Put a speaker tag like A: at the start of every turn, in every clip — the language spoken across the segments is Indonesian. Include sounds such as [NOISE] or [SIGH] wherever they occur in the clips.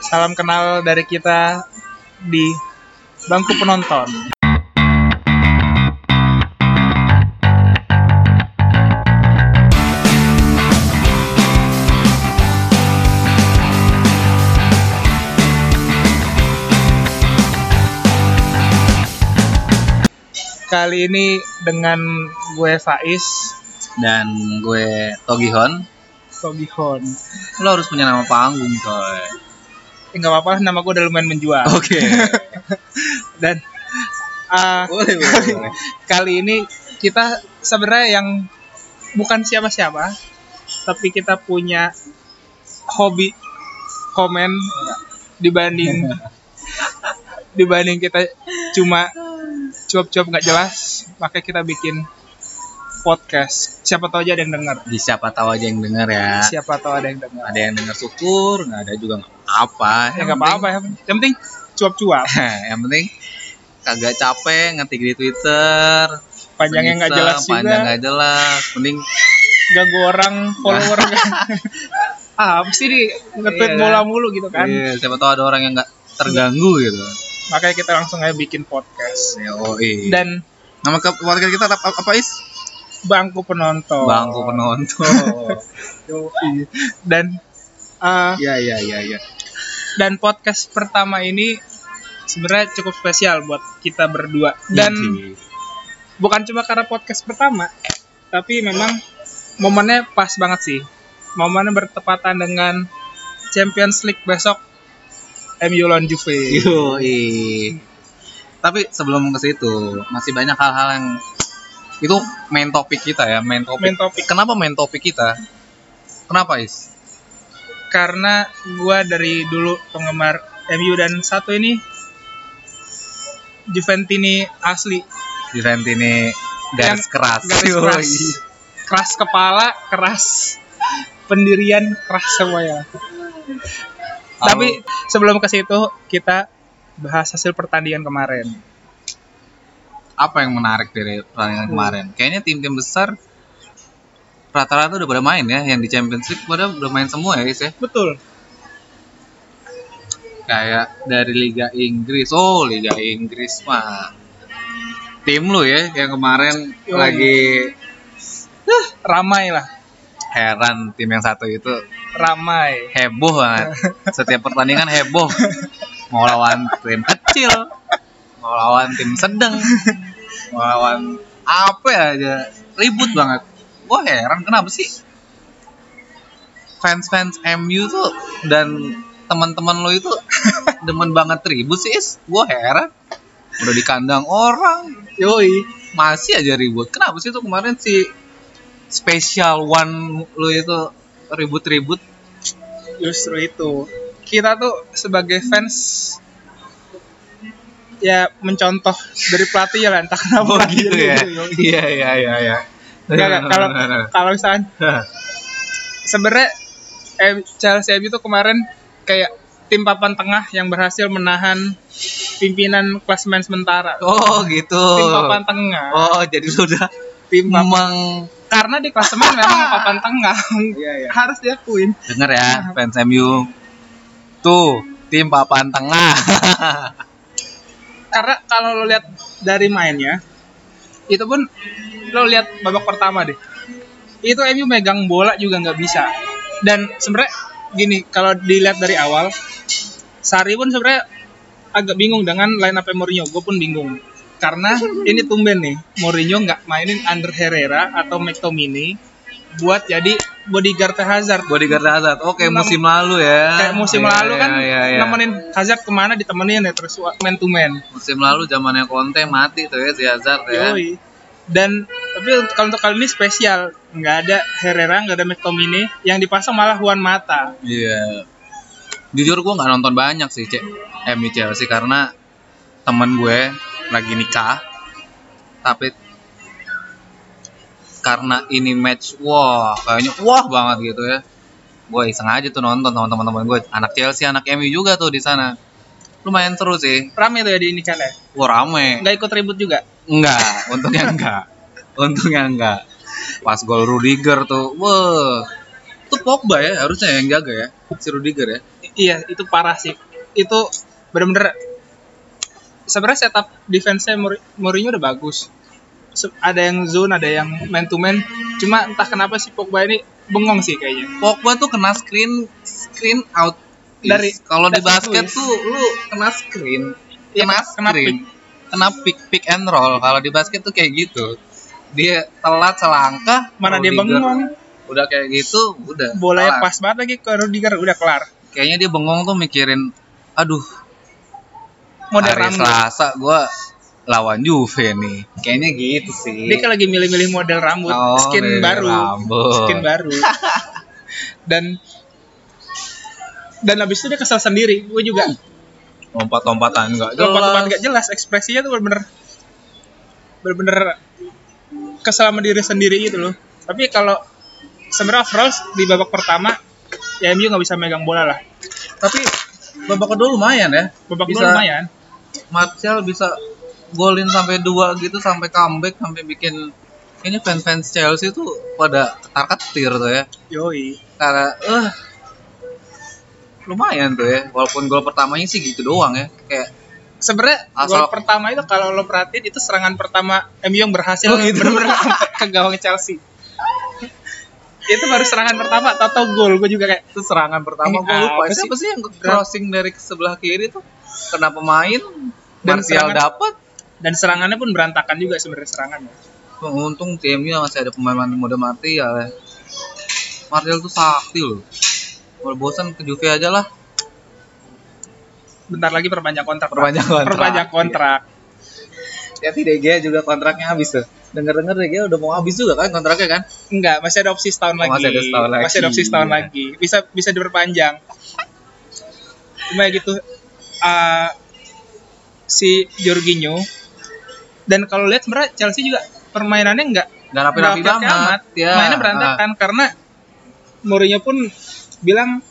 A: Salam kenal dari kita di bangku penonton. Kali ini dengan gue Faiz
B: dan gue Togihon
A: Togihon.
B: lo harus punya nama panggung coy
A: Enggak Eh, apa-apa, lah, nama gue udah lumayan menjual.
B: oke
A: Dan ah,
B: [LAUGHS] boleh boleh boleh.
A: kali ini kita sebenarnya yang bukan siapa-siapa tapi kita punya hobi komen dibanding
B: [LAUGHS]
A: dibanding kita cuma cuap-cuap nggak jelas makanya kita bikin podcast siapa tahu aja ada yang dengar
B: di siapa tahu aja yang denger ya
A: siapa tahu ada yang dengar
B: ada yang denger syukur nggak ada juga nggak apa
A: ya nggak apa-apa yang penting- yang penting cuap-cuap
B: [LAUGHS] yang penting kagak capek ngetik di Twitter
A: panjangnya nggak
B: Iseng,
A: jelas
B: panjang
A: juga
B: nggak jelas mending
A: ganggu orang
B: [LAUGHS]
A: follower [LAUGHS] ah pasti di nge-tweet
B: Iya.
A: bola mulu gitu kan
B: iya, siapa tahu ada orang yang nggak terganggu gitu
A: makanya kita langsung aja bikin podcast
B: Yoi.
A: dan
B: nama ke keluarga kita apa, apa is
A: bangku penonton
B: bangku penonton
A: [LAUGHS] Yoi. dan eh,
B: iya iya iya iya
A: dan podcast pertama ini sebenarnya cukup spesial buat kita berdua dan
B: Iya, sih.
A: bukan cuma karena podcast pertama tapi memang momennya pas banget sih momennya bertepatan dengan Champions League besok MU lawan Juve
B: Yoi. Tapi sebelum ke situ, masih banyak hal-hal yang itu main topik kita ya, main topik.
A: main topik
B: Kenapa main topik kita? Kenapa, Is?
A: karena gua dari dulu penggemar MU dan satu ini Juventini asli
B: Durant ini garis
A: Yang-
B: keras.
A: garis
B: Yoi.
A: keras keras kepala keras pendirian keras semuanya
B: Lalu-
A: tapi sebelum ke situ kita bahas hasil pertandingan kemarin
B: apa yang menarik dari pertandingan
A: Hmm.
B: kemarin? Kayaknya tim-tim besar rata-rata udah pada main ya, yang di Champions League pada udah main semua ya, Is ya.
A: betul
B: Kayak dari Liga Inggris. Oh, Liga Inggris mah. Tim lu ya yang kemarin
A: Yoi.
B: lagi
A: ramai lah
B: heran tim yang satu itu
A: ramai
B: heboh banget. Setiap pertandingan heboh. Mau lawan tim kecil, mau lawan tim sedang, mau lawan apa ya, aja ribut banget. Gue heran kenapa sih fans-fans MU tuh dan teman-teman lo itu [LAUGHS] demen banget ribut sih. Gue heran. Udah di kandang orang
A: yoi
B: masih aja ribut. Kenapa sih tuh kemarin si special one lo itu ribut-ribut
A: justru itu kita tuh sebagai fans ya mencontoh dari pelatih ya lah, entah [LAUGHS] kenapa
B: Oh
A: pelatih
B: gitu
A: jadi
B: ya. Nah,
A: gitu.
B: Iya iya iya iya.
A: Enggak, enggak. kalau kalau misalkan
B: nah.
A: sebenarnya eh, Chelsea MU tuh kemarin kayak tim papan tengah yang berhasil menahan pimpinan klasemen sementara.
B: Oh gitu.
A: Tim papan tengah.
B: Oh jadi sudah
A: Tim papan-
B: memang
A: Karena di klasemen memang papan tengah.
B: Iya, iya.
A: Harus diakuin.
B: denger ya fans MU. Tuh, tim papan tengah. [LAUGHS]
A: Karena kalau lo lihat dari mainnya itu pun lo lihat babak pertama deh. Itu MU megang bola juga nggak bisa. Dan sebenarnya gini, kalau dilihat dari awal Sari pun sebenarnya agak bingung dengan line up Mourinho. Gue pun bingung karena ini tumben nih Mourinho nggak mainin Under Herrera atau McTominay buat jadi bodyguard Hazard.
B: Bodyguard Hazard. Oke,
A: Enam-
B: musim lalu ya.
A: Kayak musim
B: Iya,
A: lalu
B: iya,
A: kan
B: iya, iya.
A: nemenin Hazard kemana ditemenin ya terus man to man.
B: musim lalu zamannya Conte mati tuh ya si Hazard
A: Yoi.
B: ya.
A: kan? Dan tapi untuk, kalau untuk kali ini spesial nggak ada Herrera nggak ada McTominay yang dipasang malah Juan Mata.
B: Iya. Jujur gue nggak nonton banyak sih cek MU Chelsea karena temen gue lagi nikah. Tapi karena ini match wah kayaknya wah banget gitu ya. Gue iseng aja tuh nonton sama teman-teman gue. Anak Chelsea, anak MU juga tuh di sana. Lumayan seru sih.
A: Rame tuh ya di ini kan ya.
B: Wah rame.
A: Nggak ikut ribut juga.
B: Enggak, untungnya enggak. Untungnya enggak. Pas gol Rudiger tuh, wah. Itu Pogba ya harusnya yang jaga ya. Si Rudiger ya.
A: iya itu parah sih itu bener-bener sebenarnya setup defense-nya Mour- Mourinho udah bagus Se- ada yang zone ada yang man to man cuma entah kenapa si Pogba ini bengong sih kayaknya
B: Pogba tuh kena screen screen out Is.
A: Dari-
B: kalau di
A: dari
B: basket
A: Swiss.
B: tuh lu kena screen
A: Iya,
B: kena
A: kena
B: screen kena pick pick and roll kalau di basket tuh kayak gitu dia telat selangkah
A: mana
B: kalau
A: dia
B: di guard-
A: bengong
B: udah kayak gitu udah
A: bolanya
B: telat.
A: pas banget lagi ke Rudiger udah kelar
B: kayaknya dia bengong tuh mikirin aduh
A: model
B: hari
A: Rambo
B: Selasa gua lawan Juve nih kayaknya gitu sih
A: dia kan lagi milih-milih model rambut
B: Oh,
A: skin
B: milih
A: baru
B: rambut.
A: skin
B: [LAUGHS]
A: baru dan dan habis itu dia kesel sendiri gue juga
B: lompat-lompatan nggak
A: lompat-lompat
B: Hmm, jelas.
A: gak jelas ekspresinya tuh bener-bener bener-bener kesel sama diri sendiri gitu loh tapi kalau sebenarnya overall di babak pertama ya MU nggak bisa megang bola lah
B: tapi babak kedua lumayan ya
A: babak
B: Bisa.
A: kedua lumayan
B: Martial bisa golin sampai dua gitu sampai comeback sampai bikin kayaknya fans-fans Chelsea tuh pada ketar-ketir tuh ya
A: yoi Ah.
B: karena eh lumayan tuh ya walaupun gol pertamanya sih gitu doang ya kayak
A: sebenarnya
B: Asal-
A: gol pertama itu kalau lo perhatiin itu serangan pertama MU yang berhasil
B: Oh, gitu.
A: bener-bener sampai ke gawang Chelsea itu baru serangan pertama atau gol gue juga kayak
B: itu serangan pertama
A: Ini
B: gue lupa
A: apa sih?
B: siapa sih yang crossing dari ke sebelah kiri tuh kena pemain
A: Dan
B: Martial
A: serangan-
B: dapat
A: dan serangannya pun berantakan juga sebenarnya serangannya
B: untung timnya masih ada pemain-pemain muda Martial ya Martial tuh sakti loh kalau bosan ke Juve aja lah
A: bentar lagi perpanjang kontrak
B: Perpanjang kontrak.
A: perpanjang kontrak
B: Hati DG juga kontraknya habis tuh. Dengar-dengar DG udah mau habis juga kan kontraknya kan?
A: enggak masih ada opsi setahun
B: Oh,
A: lagi
B: masih ada setahun lagi.
A: masih ada opsi setahun
B: Iya.
A: lagi bisa bisa diperpanjang cuma ya gitu eh, si Jorginho dan kalau lihat sebenarnya Chelsea juga permainannya enggak
B: Dan rapi-rapi
A: berantakan
B: banget. Ya.
A: Mainnya
B: [LAUGHS]
A: berantakan karena Mourinho pun bilang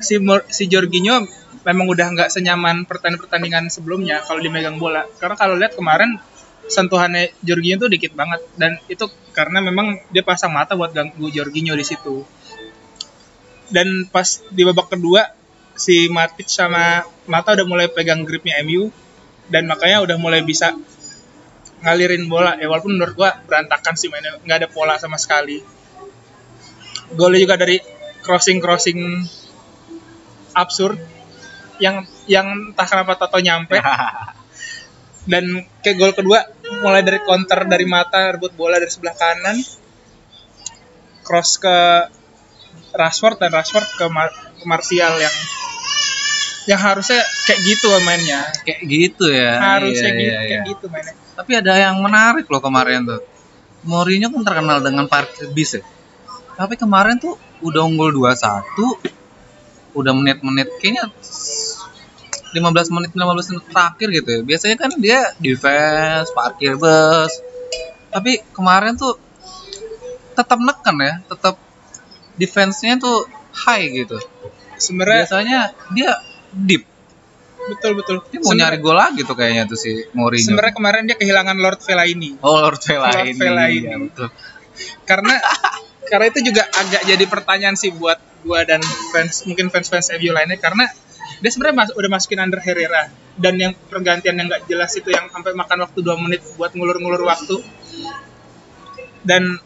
A: si Mor- si Jorginho memang udah nggak senyaman pertandingan-pertandingan sebelumnya kalau dimegang bola. Karena kalau lihat kemarin sentuhannya Jorginho tuh dikit banget dan itu karena memang dia pasang mata buat ganggu Jorginho di situ. Dan pas di babak kedua si Matic sama Mata udah mulai pegang gripnya MU dan makanya udah mulai bisa ngalirin bola ya walaupun menurut gua berantakan sih mainnya nggak ada pola sama sekali golnya juga dari crossing crossing absurd yang yang entah kenapa Toto nyampe
B: Ya,
A: dan ke gol kedua mulai dari counter dari mata rebut bola dari sebelah kanan cross ke Rashford dan Rashford ke, Mar- ke Martial yang yang harusnya kayak gitu mainnya
B: Kayak gitu ya.
A: harusnya
B: Iya,
A: gitu,
B: iya,
A: kayak
B: iya.
A: gitu mainnya
B: Tapi ada yang menarik loh kemarin tuh. Mourinho kan terkenal dengan parkir bis ya. Tapi kemarin tuh udah unggul 2-1 udah menit-menit kayaknya 15 menit 15 menit terakhir gitu ya. Biasanya kan dia defense, parkir bus. Tapi kemarin tuh tetap neken ya, tetap defense-nya tuh high gitu.
A: sebenarnya
B: Biasanya dia deep.
A: betul betul
B: Dia mau nyari gol lagi tuh kayaknya tuh si Mourinho.
A: sebenarnya kemarin dia kehilangan Lord Vela ini
B: Oh Lord Vela
A: Lord
B: ini.
A: Vela ini.
B: Ya, betul. [LAUGHS]
A: karena karena itu juga agak jadi pertanyaan sih buat gua dan fans mungkin fans fans MU lainnya karena dia sebenarnya mas- udah masukin under Herrera dan yang pergantian yang nggak jelas itu yang sampai makan waktu 2 menit buat ngulur-ngulur waktu dan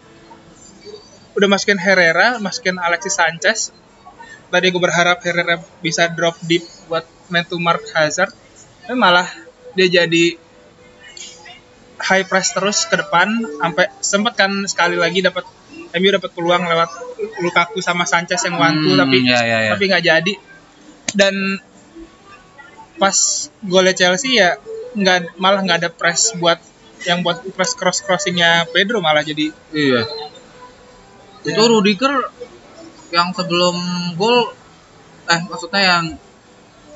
A: udah masukin Herrera masukin Alexis Sanchez tadi gue berharap Herrera bisa drop deep buat main to Mark Hazard tapi malah dia jadi high press terus ke depan sampai sempat kan sekali lagi dapat MU dapat peluang lewat Lukaku sama Sanchez yang one two,
B: Hmm,
A: tapi
B: ya, ya, ya.
A: tapi nggak jadi dan pas golnya Chelsea ya nggak malah nggak ada press buat yang buat press cross crossingnya Pedro malah jadi
B: Iya. Itu
A: Ya.
B: Rudiger yang sebelum gol eh maksudnya yang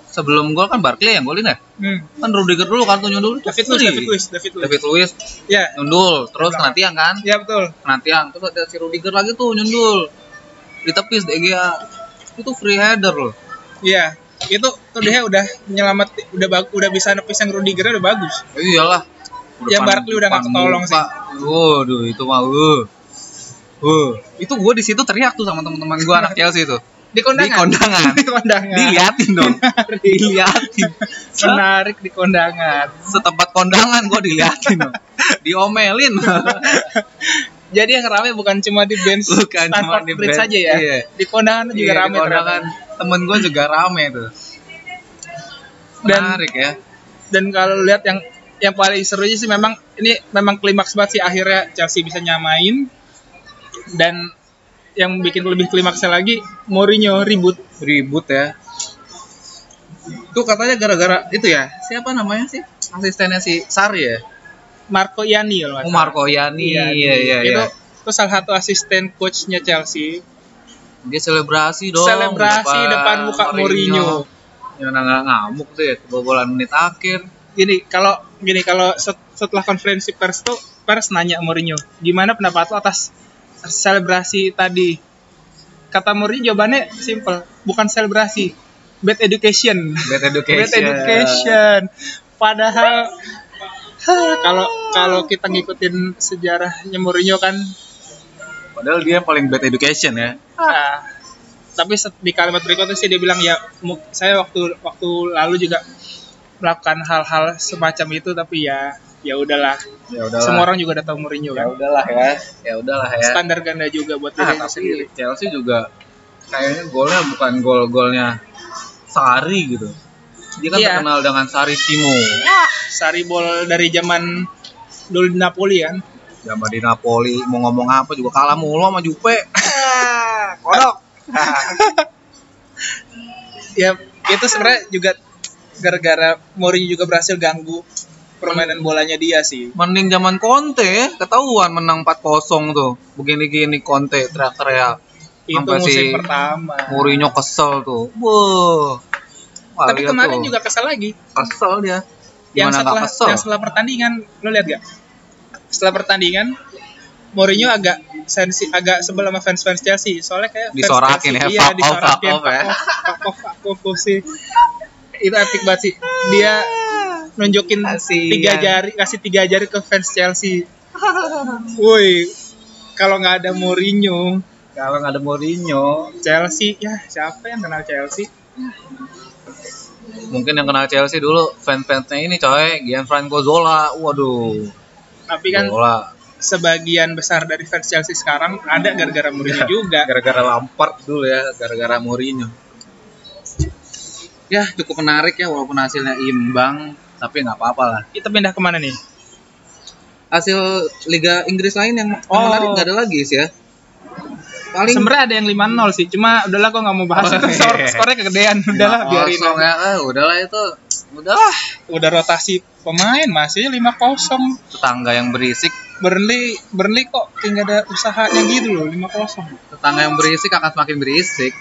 B: sebelum gol kan Barkley yang golin ya?
A: hmm,
B: Kan Rudiger dulu kartunya dulu tuh
A: David Luiz
B: free.
A: David Luiz David Luiz
B: David Luiz
A: ya
B: nyundul terus
A: Belakang.
B: nanti yang kan
A: ya betul
B: nanti yang terus ada si Rudiger lagi tuh nyundul ditepis De Gea itu free header loh
A: Iya, itu tuh dia udah nyelamat udah bag- udah bisa nepis yang Rudiger udah bagus.
B: iyalah
A: Ya, Barkley udah nggak ketolong sih.
B: sih waduh itu mah uh. Uh. itu gue di situ teriak tuh sama teman-teman gue anak Chelsea tuh
A: di kondangan.
B: Di kondangan.
A: [LAUGHS] Di kondangan.
B: Diliatin
A: [LAUGHS]
B: dong. Diliatin.
A: Menarik di kondangan.
B: Setempat kondangan gua diliatin dong. Diomelin.
A: Jadi yang rame bukan cuma di band
B: Bukan cuma
A: Stanford
B: di
A: Bridge
B: band,
A: saja ya.
B: iya.
A: Di kondangan juga
B: Iya, di
A: rame
B: kondangan.
A: ternyata.
B: Temen gua juga rame tuh.
A: Dan-
B: Menarik ya.
A: Dan kalau lihat yang yang paling serunya sih memang ini memang klimaks banget sih akhirnya Chelsea bisa nyamain dan yang bikin lebih klimaksnya lagi Mourinho ribut
B: Ribut ya. Itu katanya gara-gara itu ya. Siapa namanya sih? Asistennya si Sari ya?
A: Marco Ianni kalau nggak
B: Oh,
A: salah.
B: Marco Yani. Iya, iya, iya.
A: itu itu salah satu asisten coachnya Chelsea
B: Dia selebrasi dong.
A: selebrasi depan muka Mourinho.
B: Yang nggak ngamuk tuh ya, kebobolan menit akhir.
A: Gini, kalau gini kalau set- setelah konferensi pers tuh pers nanya Mourinho, "Gimana pendapat lo atas selebrasi tadi?" Kata Mourinho jawabannya simple, bukan selebrasi, bad education. [LAUGHS]
B: Bad education.
A: Bad education. Padahal kalau kalau kita ngikutin sejarahnya Mourinho kan
B: Padahal dia paling bad education ya.
A: Ah, tapi set- di kalimat berikutnya sih dia bilang ya mu- saya waktu waktu lalu juga melakukan hal-hal semacam itu tapi ya ya udahlah
B: Ya udahlah.
A: semua orang juga udah tahu Mourinho
B: ya
A: kan
B: udahlah ya. Ya udahlah ya.
A: standar ganda juga buat
B: Ah,
A: dirinya sendiri
B: tapi Chelsea juga kayaknya golnya bukan gol-golnya Sari gitu. Dia kan
A: Iya.
B: terkenal dengan Sari Timo. Ya,
A: Sari bol dari zaman dulu di Napoli kan
B: Zaman di Napoli mau ngomong apa juga kalah mulu sama Jupe. [LAUGHS] Ah, Kodok.
A: ya itu sebenarnya juga gara-gara Mourinho juga berhasil ganggu permainan bolanya dia sih
B: Mending zaman Conte ya, ketahuan menang 4-0 tuh. Begini-gini Conte teriak-teriak.
A: itu
B: Sampai
A: musim
B: si
A: pertama
B: Mourinho kesel tuh. Wah. Wah,
A: tapi
B: lihat
A: kemarin
B: tuh.
A: juga kesel lagi
B: kesel dia.
A: yang
B: Gimana
A: setelah
B: nggak kesel?
A: yang setelah pertandingan lo lihat gak setelah pertandingan Mourinho agak sensi agak sebel sama fans-fans Chelsea soalnya kayak fans
B: Disorakin
A: Chelsea-
B: ya,
A: iya,
B: fuck off, fuck
A: disorakin
B: off ya.
A: fuck off fuck off, fuck off sih itu epic banget sih dia nunjukin
B: Kasian.
A: tiga jari kasih tiga jari ke fans Chelsea woi kalau nggak ada Mourinho
B: Kalau nggak ada Mourinho,
A: Chelsea ya siapa yang kenal Chelsea
B: mungkin yang kenal Chelsea dulu fans-fansnya ini coy, Gianfranco Zola. Waduh.
A: tapi kan
B: Zola
A: sebagian besar dari fans Chelsea sekarang ada gara-gara
B: [LAUGHS]
A: Mourinho juga
B: gara-gara Lampard dulu ya, gara-gara Mourinho. Ya, cukup menarik ya walaupun hasilnya imbang, tapi nggak apa-apa lah.
A: kita pindah kemana nih?
B: hasil Liga Inggris lain yang
A: Oh.
B: menarik nggak ada lagi sih ya. Paling Oh, iya.
A: Sebenarnya ada yang 5-0 sih, cuma udahlah gua nggak mau [LAUGHS] bahas itu. Skor, skornya kegedean, udahlah biarin.
B: kosong ya, ah, udahlah itu, udahlah.
A: Udah rotasi pemain masih 5-0.
B: Tetangga yang berisik,
A: Burnley, Burnley kok nggak ada usahanya gitu loh, 5-0.
B: tetangga yang berisik akan semakin berisik.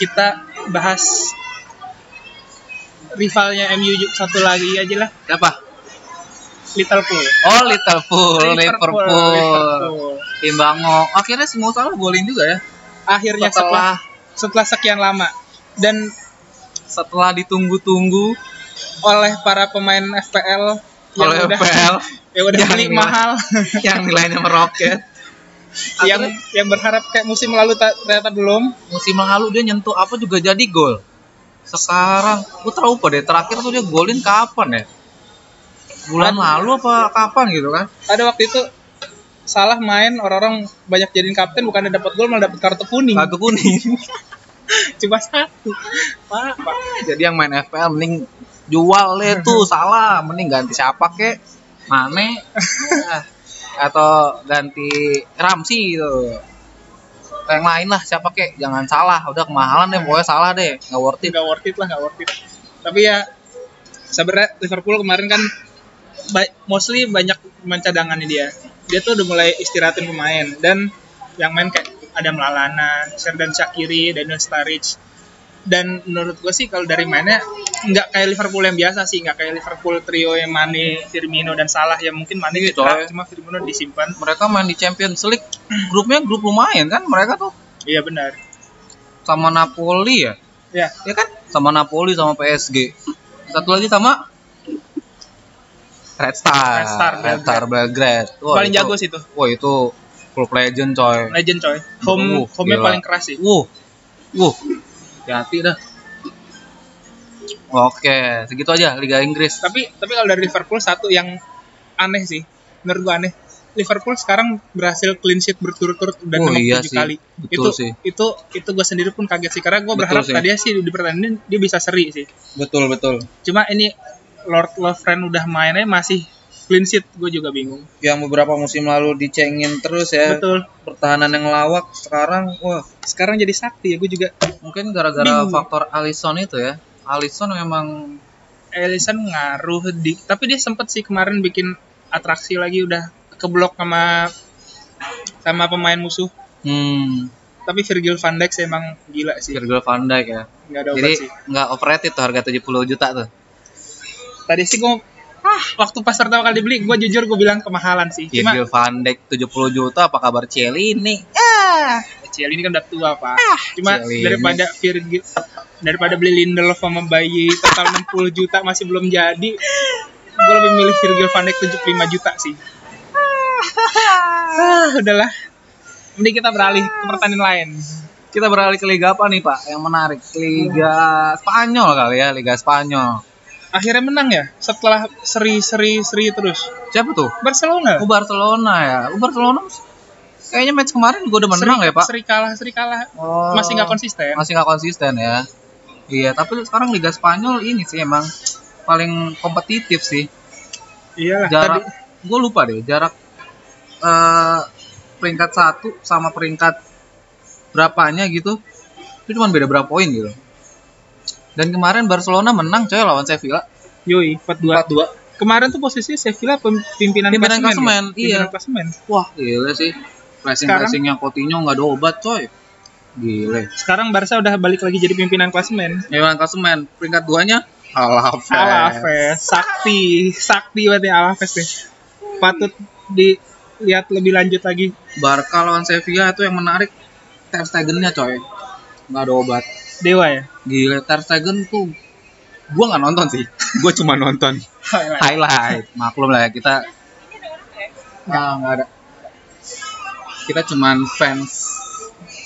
A: Kita bahas rivalnya MU ju- satu lagi aja lah,
B: Siapa?
A: Liverpool.
B: Oh Liverpool, Liverpool,
A: Liverpool.
B: tim Bangok. Akhirnya semua salah golin juga ya.
A: Akhirnya setelah setelah
B: Setelah
A: sekian lama dan
B: setelah ditunggu-tunggu
A: oleh para pemain FPL yang
B: oleh
A: udah
B: PL
A: yang
B: [LAUGHS]
A: Ya udah
B: Yang
A: beli
B: nilai-
A: mahal
B: [LAUGHS] yang nilainya meroket.
A: yang
B: Akhirnya
A: yang berharap kayak musim lalu ta- ternyata belum
B: musim lalu dia nyentuh apa juga jadi gol. Sekarang gue lupa deh terakhir tuh dia golin kapan ya? Bulan lalu apa kapan gitu kan?
A: ada waktu itu salah main orang-orang banyak jadiin kapten bukannya dapat gol malah dapat kartu kuning
B: Kartu kuning.
A: cuma satu pak pak
B: jadi yang main FPL mending jual deh tuh salah, mending ganti siapa kek? Mane Ah. atau ganti Ramsey gitu. Atau Yang lain lah siapa kek? Jangan salah, udah kemahalan deh pokoknya salah deh, nggak worth it.
A: tidak worth it lah nggak worth it tapi ya sebenarnya Liverpool kemarin kan ba- mostly banyak pemain cadangannya dia dia tuh udah mulai istirahatin pemain dan yang main kayak ada Lalana, Serdan Shakiri, Daniel Sturridge dan menurut gue sih kalau dari mainnya nggak kayak Liverpool yang biasa sih nggak kayak Liverpool trio yang Mane, Firmino dan Salah yang mungkin Mane
B: Iya,
A: cedera,
B: coy.
A: cuma Firmino disimpan
B: Mereka main di Champions League, grupnya grup lumayan kan? Mereka tuh
A: iya benar
B: sama Napoli ya?
A: ya
B: ya kan sama Napoli sama PSG satu lagi sama Red Star
A: Red Star
B: Red Star Belgrade Wah,
A: paling
B: itu-
A: jago sih tuh
B: wah itu klub legend coy
A: legend coy home
B: Uh,
A: home-nya
B: gila.
A: paling keras sih
B: Wuh, Wuh, hati-hati dah. Oke, segitu aja Liga Inggris.
A: tapi tapi kalau dari Liverpool satu yang aneh sih menurut gua aneh Liverpool sekarang berhasil clean sheet berturut-turut udah
B: Oh,
A: 67
B: iya sih.
A: kali
B: Betul
A: itu
B: sih.
A: itu itu gua sendiri pun kaget sih karena gua
B: Betul
A: berharap
B: sih.
A: tadi sih di pertandingan dia bisa seri sih
B: Betul, betul.
A: cuma ini Lord Lovren udah mainnya masih clean sheet gue juga bingung
B: Yang beberapa musim lalu dicengin terus ya.
A: betul
B: Pertahanan yang lawak sekarang wah,
A: sekarang jadi sakti ya gue juga
B: mungkin gara-gara
A: Bingung.
B: faktor Alisson itu ya. Alisson memang
A: Ellison ngaruh di tapi dia sempet sih kemarin bikin atraksi lagi udah keblok sama sama pemain musuh
B: hmm
A: tapi Virgil van Dijk sih emang gila sih
B: Virgil van Dijk ya.
A: nggak ada obat
B: Jadi
A: sih
B: nggak overrated tuh harga 70 juta tuh.
A: tadi sih gue ah waktu pas pertama kali dibeli gue jujur gue bilang kemahalan sih cuma
B: Virgil van Dijk 70 juta apa kabar Cielini? Ah!
A: Ciel ini kan udah tua pak cuma
B: Ciel ini.
A: daripada Virgil daripada beli Lindelof sama bayi total 60 juta masih belum jadi gue lebih milih Virgil van Dijk 75 juta sih ah, udahlah mending kita beralih ke pertandingan lain
B: Kita beralih ke liga apa nih, Pak? Yang menarik, liga Spanyol kali ya, liga Spanyol.
A: akhirnya menang ya setelah seri seri seri terus
B: Siapa tuh?
A: Barcelona
B: Oh, Barcelona ya. Oh, Barcelona kayaknya match kemarin gue udah menang
A: seri,
B: ya, Pak.
A: seri kalah seri kalah
B: Oh,
A: masih nggak konsisten
B: Masih nggak konsisten ya. Iya, tapi sekarang liga Spanyol ini sih emang paling kompetitif sih.
A: iyalah tadi
B: jarak gue lupa deh jarak eh peringkat satu sama peringkat berapanya gitu itu cuma beda berapa poin gitu dan kemarin Barcelona menang coy lawan Sevilla
A: Yoi, 4-2. Kemarin tuh posisi Sevilla pem- pimpinan,
B: Pimpinan klasemen, iya.
A: Pimpinan klasemen.
B: wah gila sih pressing
A: Sekarang-
B: pressingnya Coutinho nggak ada obat coy gile
A: Sekarang Barca udah balik lagi jadi pimpinan klasemen.
B: Memang klasemen peringkat duanya Alaves
A: Alaves, sakti, sakti berarti Alaves deh. Patut dilihat lebih lanjut lagi.
B: Barca lawan Sevilla itu yang menarik Ter Stegennya coy nggak ada obat
A: Dewa ya.
B: gila Ter Stegen tuh gue nggak nonton sih gue cuma nonton highlight maklum lah ya kita nggak nggak ada kita cuman fans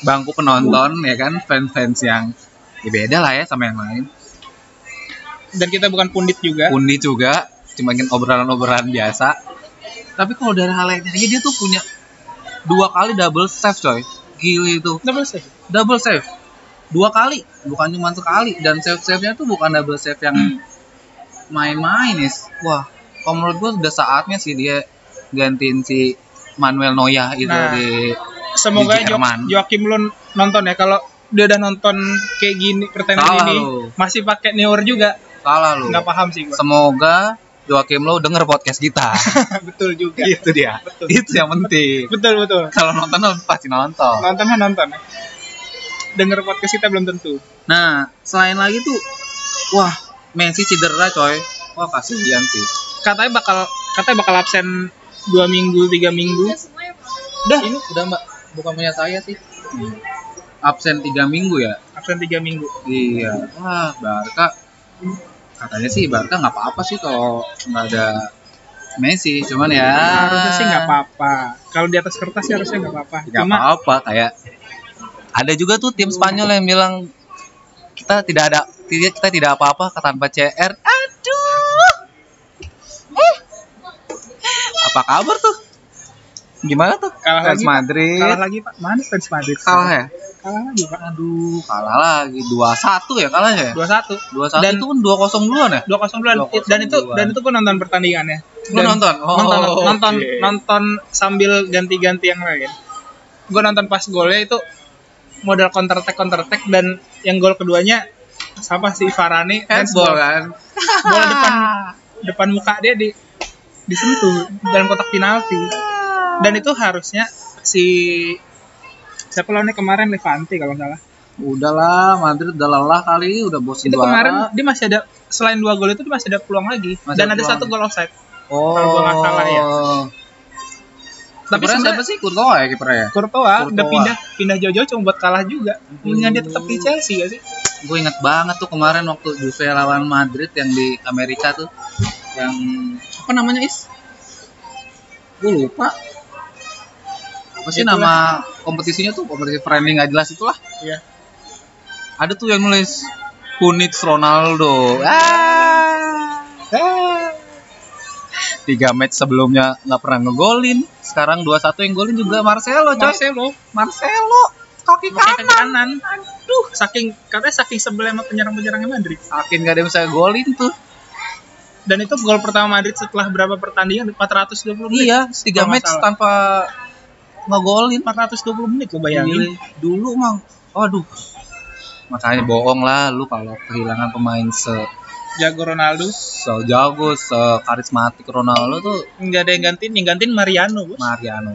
B: bangku penonton ya kan fans fans yang ya beda lah ya sama yang lain
A: Dan kita bukan pundit juga.
B: undi juga cuma ingin obrolan-obrolan biasa tapi kalau dari highlightnya aja dia tuh punya dua kali double save coy gila itu
A: Double save.
B: double save dua kali bukan cuma sekali dan save save nya tuh bukan double save
A: Hmm.
B: yang main-main is wah kalau menurut gue sudah saatnya sih dia gantiin si Manuel Neuer itu
A: Nah.
B: di
A: Semoga
B: Di
A: jo
B: Jerman.
A: Joakim Lun nonton ya kalau dia udah nonton kayak gini pertandingan
B: Salah
A: ini
B: lu.
A: masih pakai newer juga
B: salah lu
A: nggak paham sih gua
B: semoga Joakim lo denger podcast
A: [LAUGHS]
B: kita
A: betul juga
B: itu dia
A: Betul.
B: itu yang penting
A: betul betul
B: kalau nonton lo pasti nonton
A: nonton mah nonton denger podcast kita belum tentu
B: nah selain lagi tuh wah Messi cedera coy wah kasihan sih
A: katanya bakal katanya bakal absen dua minggu tiga minggu
B: Udah, ini udah mbak, bukan punya saya sih. Hmm. Absen tiga minggu ya?
A: absen tiga minggu
B: Iya. Wah, Barca katanya sih Barca nggak apa-apa sih kalau nggak ada Messi, cuman ya
A: harusnya sih nggak apa-apa kalau di atas kertas sih harusnya nggak apa-apa
B: Nggak
A: cuma
B: apa-apa kayak ada juga tuh tim Spanyol yang bilang kita tidak ada tidak kita tidak apa-apa tanpa CR. Aduh. Eh. Apa kabar tuh? Gimana tuh?
A: Kalah
B: Fans
A: lagi, Pak.
B: Madrid.
A: kalah lagi pak mana fans Madrid
B: kalah ya?
A: kalah lagi pak
B: Aduh, kalah lagi 2-1 ya kalahnya ya?
A: dua satu
B: 2-1
A: Dan-
B: itu kan 2-0 duluan ya?
A: dua kosong duluan
B: 2-0
A: dan itu
B: duluan.
A: dan itu gue nonton pertandingannya
B: Lu nonton? Oh,
A: nonton nonton
B: oke.
A: nonton sambil ganti-ganti yang lain gue nonton pas golnya itu modal counter attack counter attack dan yang gol keduanya sama si Farani
B: Handball kan?
A: bola depan depan muka dia di disentuh dalam kotak penalti dan itu harusnya si siapa lawannya kemarin Levante kalau nggak salah
B: Udahlah, Madrid udah lelah kali, udah bosan
A: itu
B: juara.
A: kemarin dia masih ada selain dua gol itu dia masih ada peluang lagi
B: Masih
A: dan
B: ada
A: ada
B: peluang.
A: satu gol offside
B: oh.
A: kalau gua nggak salah ya.
B: Tapi
A: tapi
B: siapa
A: sebenarnya
B: sih Courtois ya kipernya?
A: Courtoa udah
B: Courtoa.
A: pindah pindah jauh-jauh cuma buat kalah juga mendingan dia tetap di
B: Hmm.
A: Chelsea gak sih
B: Gue inget banget tuh kemarin waktu Juve lawan Madrid yang di Amerika tuh. Yang apa namanya, Is? Gue lupa. Apa sih
A: Itulah.
B: nama kompetisinya tuh? Kompetisi friendly nggak jelas itulah.
A: Iya.
B: Ada tuh yang nulis Kunit Ronaldo. Ah. ah. Tiga match sebelumnya nggak pernah ngegolin. Sekarang 2-1 yang golin juga Marcelo, coy.
A: Marcelo
B: Marcelo kaki
A: pakai kaki
B: kanan.
A: kanan. Aduh, saking katanya saking sebel sama penyerang-penyerangnya Madrid.
B: Saking gak ada yang bisa golin tuh.
A: Dan itu gol pertama Madrid setelah berapa pertandingan? 420 menit.
B: Iya,
A: Kalau nggak
B: tiga match
A: salah.
B: tanpa ngegolin.
A: 420 menit lo bayangin.
B: Gile. dulu mang, aduh. Makanya bohong lah lu kalau kehilangan pemain se
A: Jago Ronaldo
B: sejago, sekarismatik Ronaldo tuh
A: nggak ada yang gantiin, yang gantiin Mariano, Bos.
B: Mariano.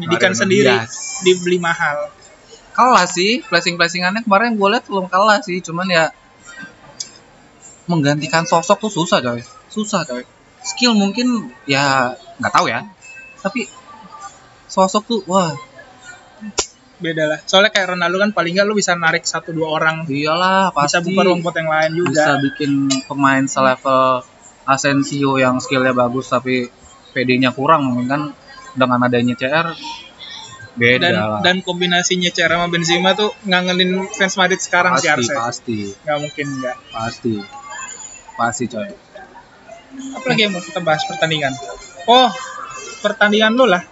A: Didikan
B: Mariano
A: sendiri
B: Diaz.
A: dibeli mahal.
B: Kalah sih, flashing-flashingannya kemarin gue liat belum kalah sih, cuman ya menggantikan sosok tuh susah coy, susah coy. Skill mungkin ya nggak tahu ya, tapi sosok tuh wah
A: Beda lah. Soalnya kayak Ronaldo kan paling nggak lo bisa narik satu dua orang,
B: iyalah
A: bisa
B: pasti
A: buka rumput yang lain juga.
B: bisa bikin pemain selevel Asensio yang skillnya bagus tapi PD-nya kurang mungkin kan dengan adanya CR beda
A: Dan
B: lah.
A: dan kombinasinya Cher sama Benzema tuh ngangenin fans Madrid sekarang
B: pasti,
A: sih harusnya.
B: pasti
A: Nggak mungkin nggak.
B: pasti pasti coy.
A: Apalagi yang mau kita bahas pertandingan? Oh, pertandingan lo lah.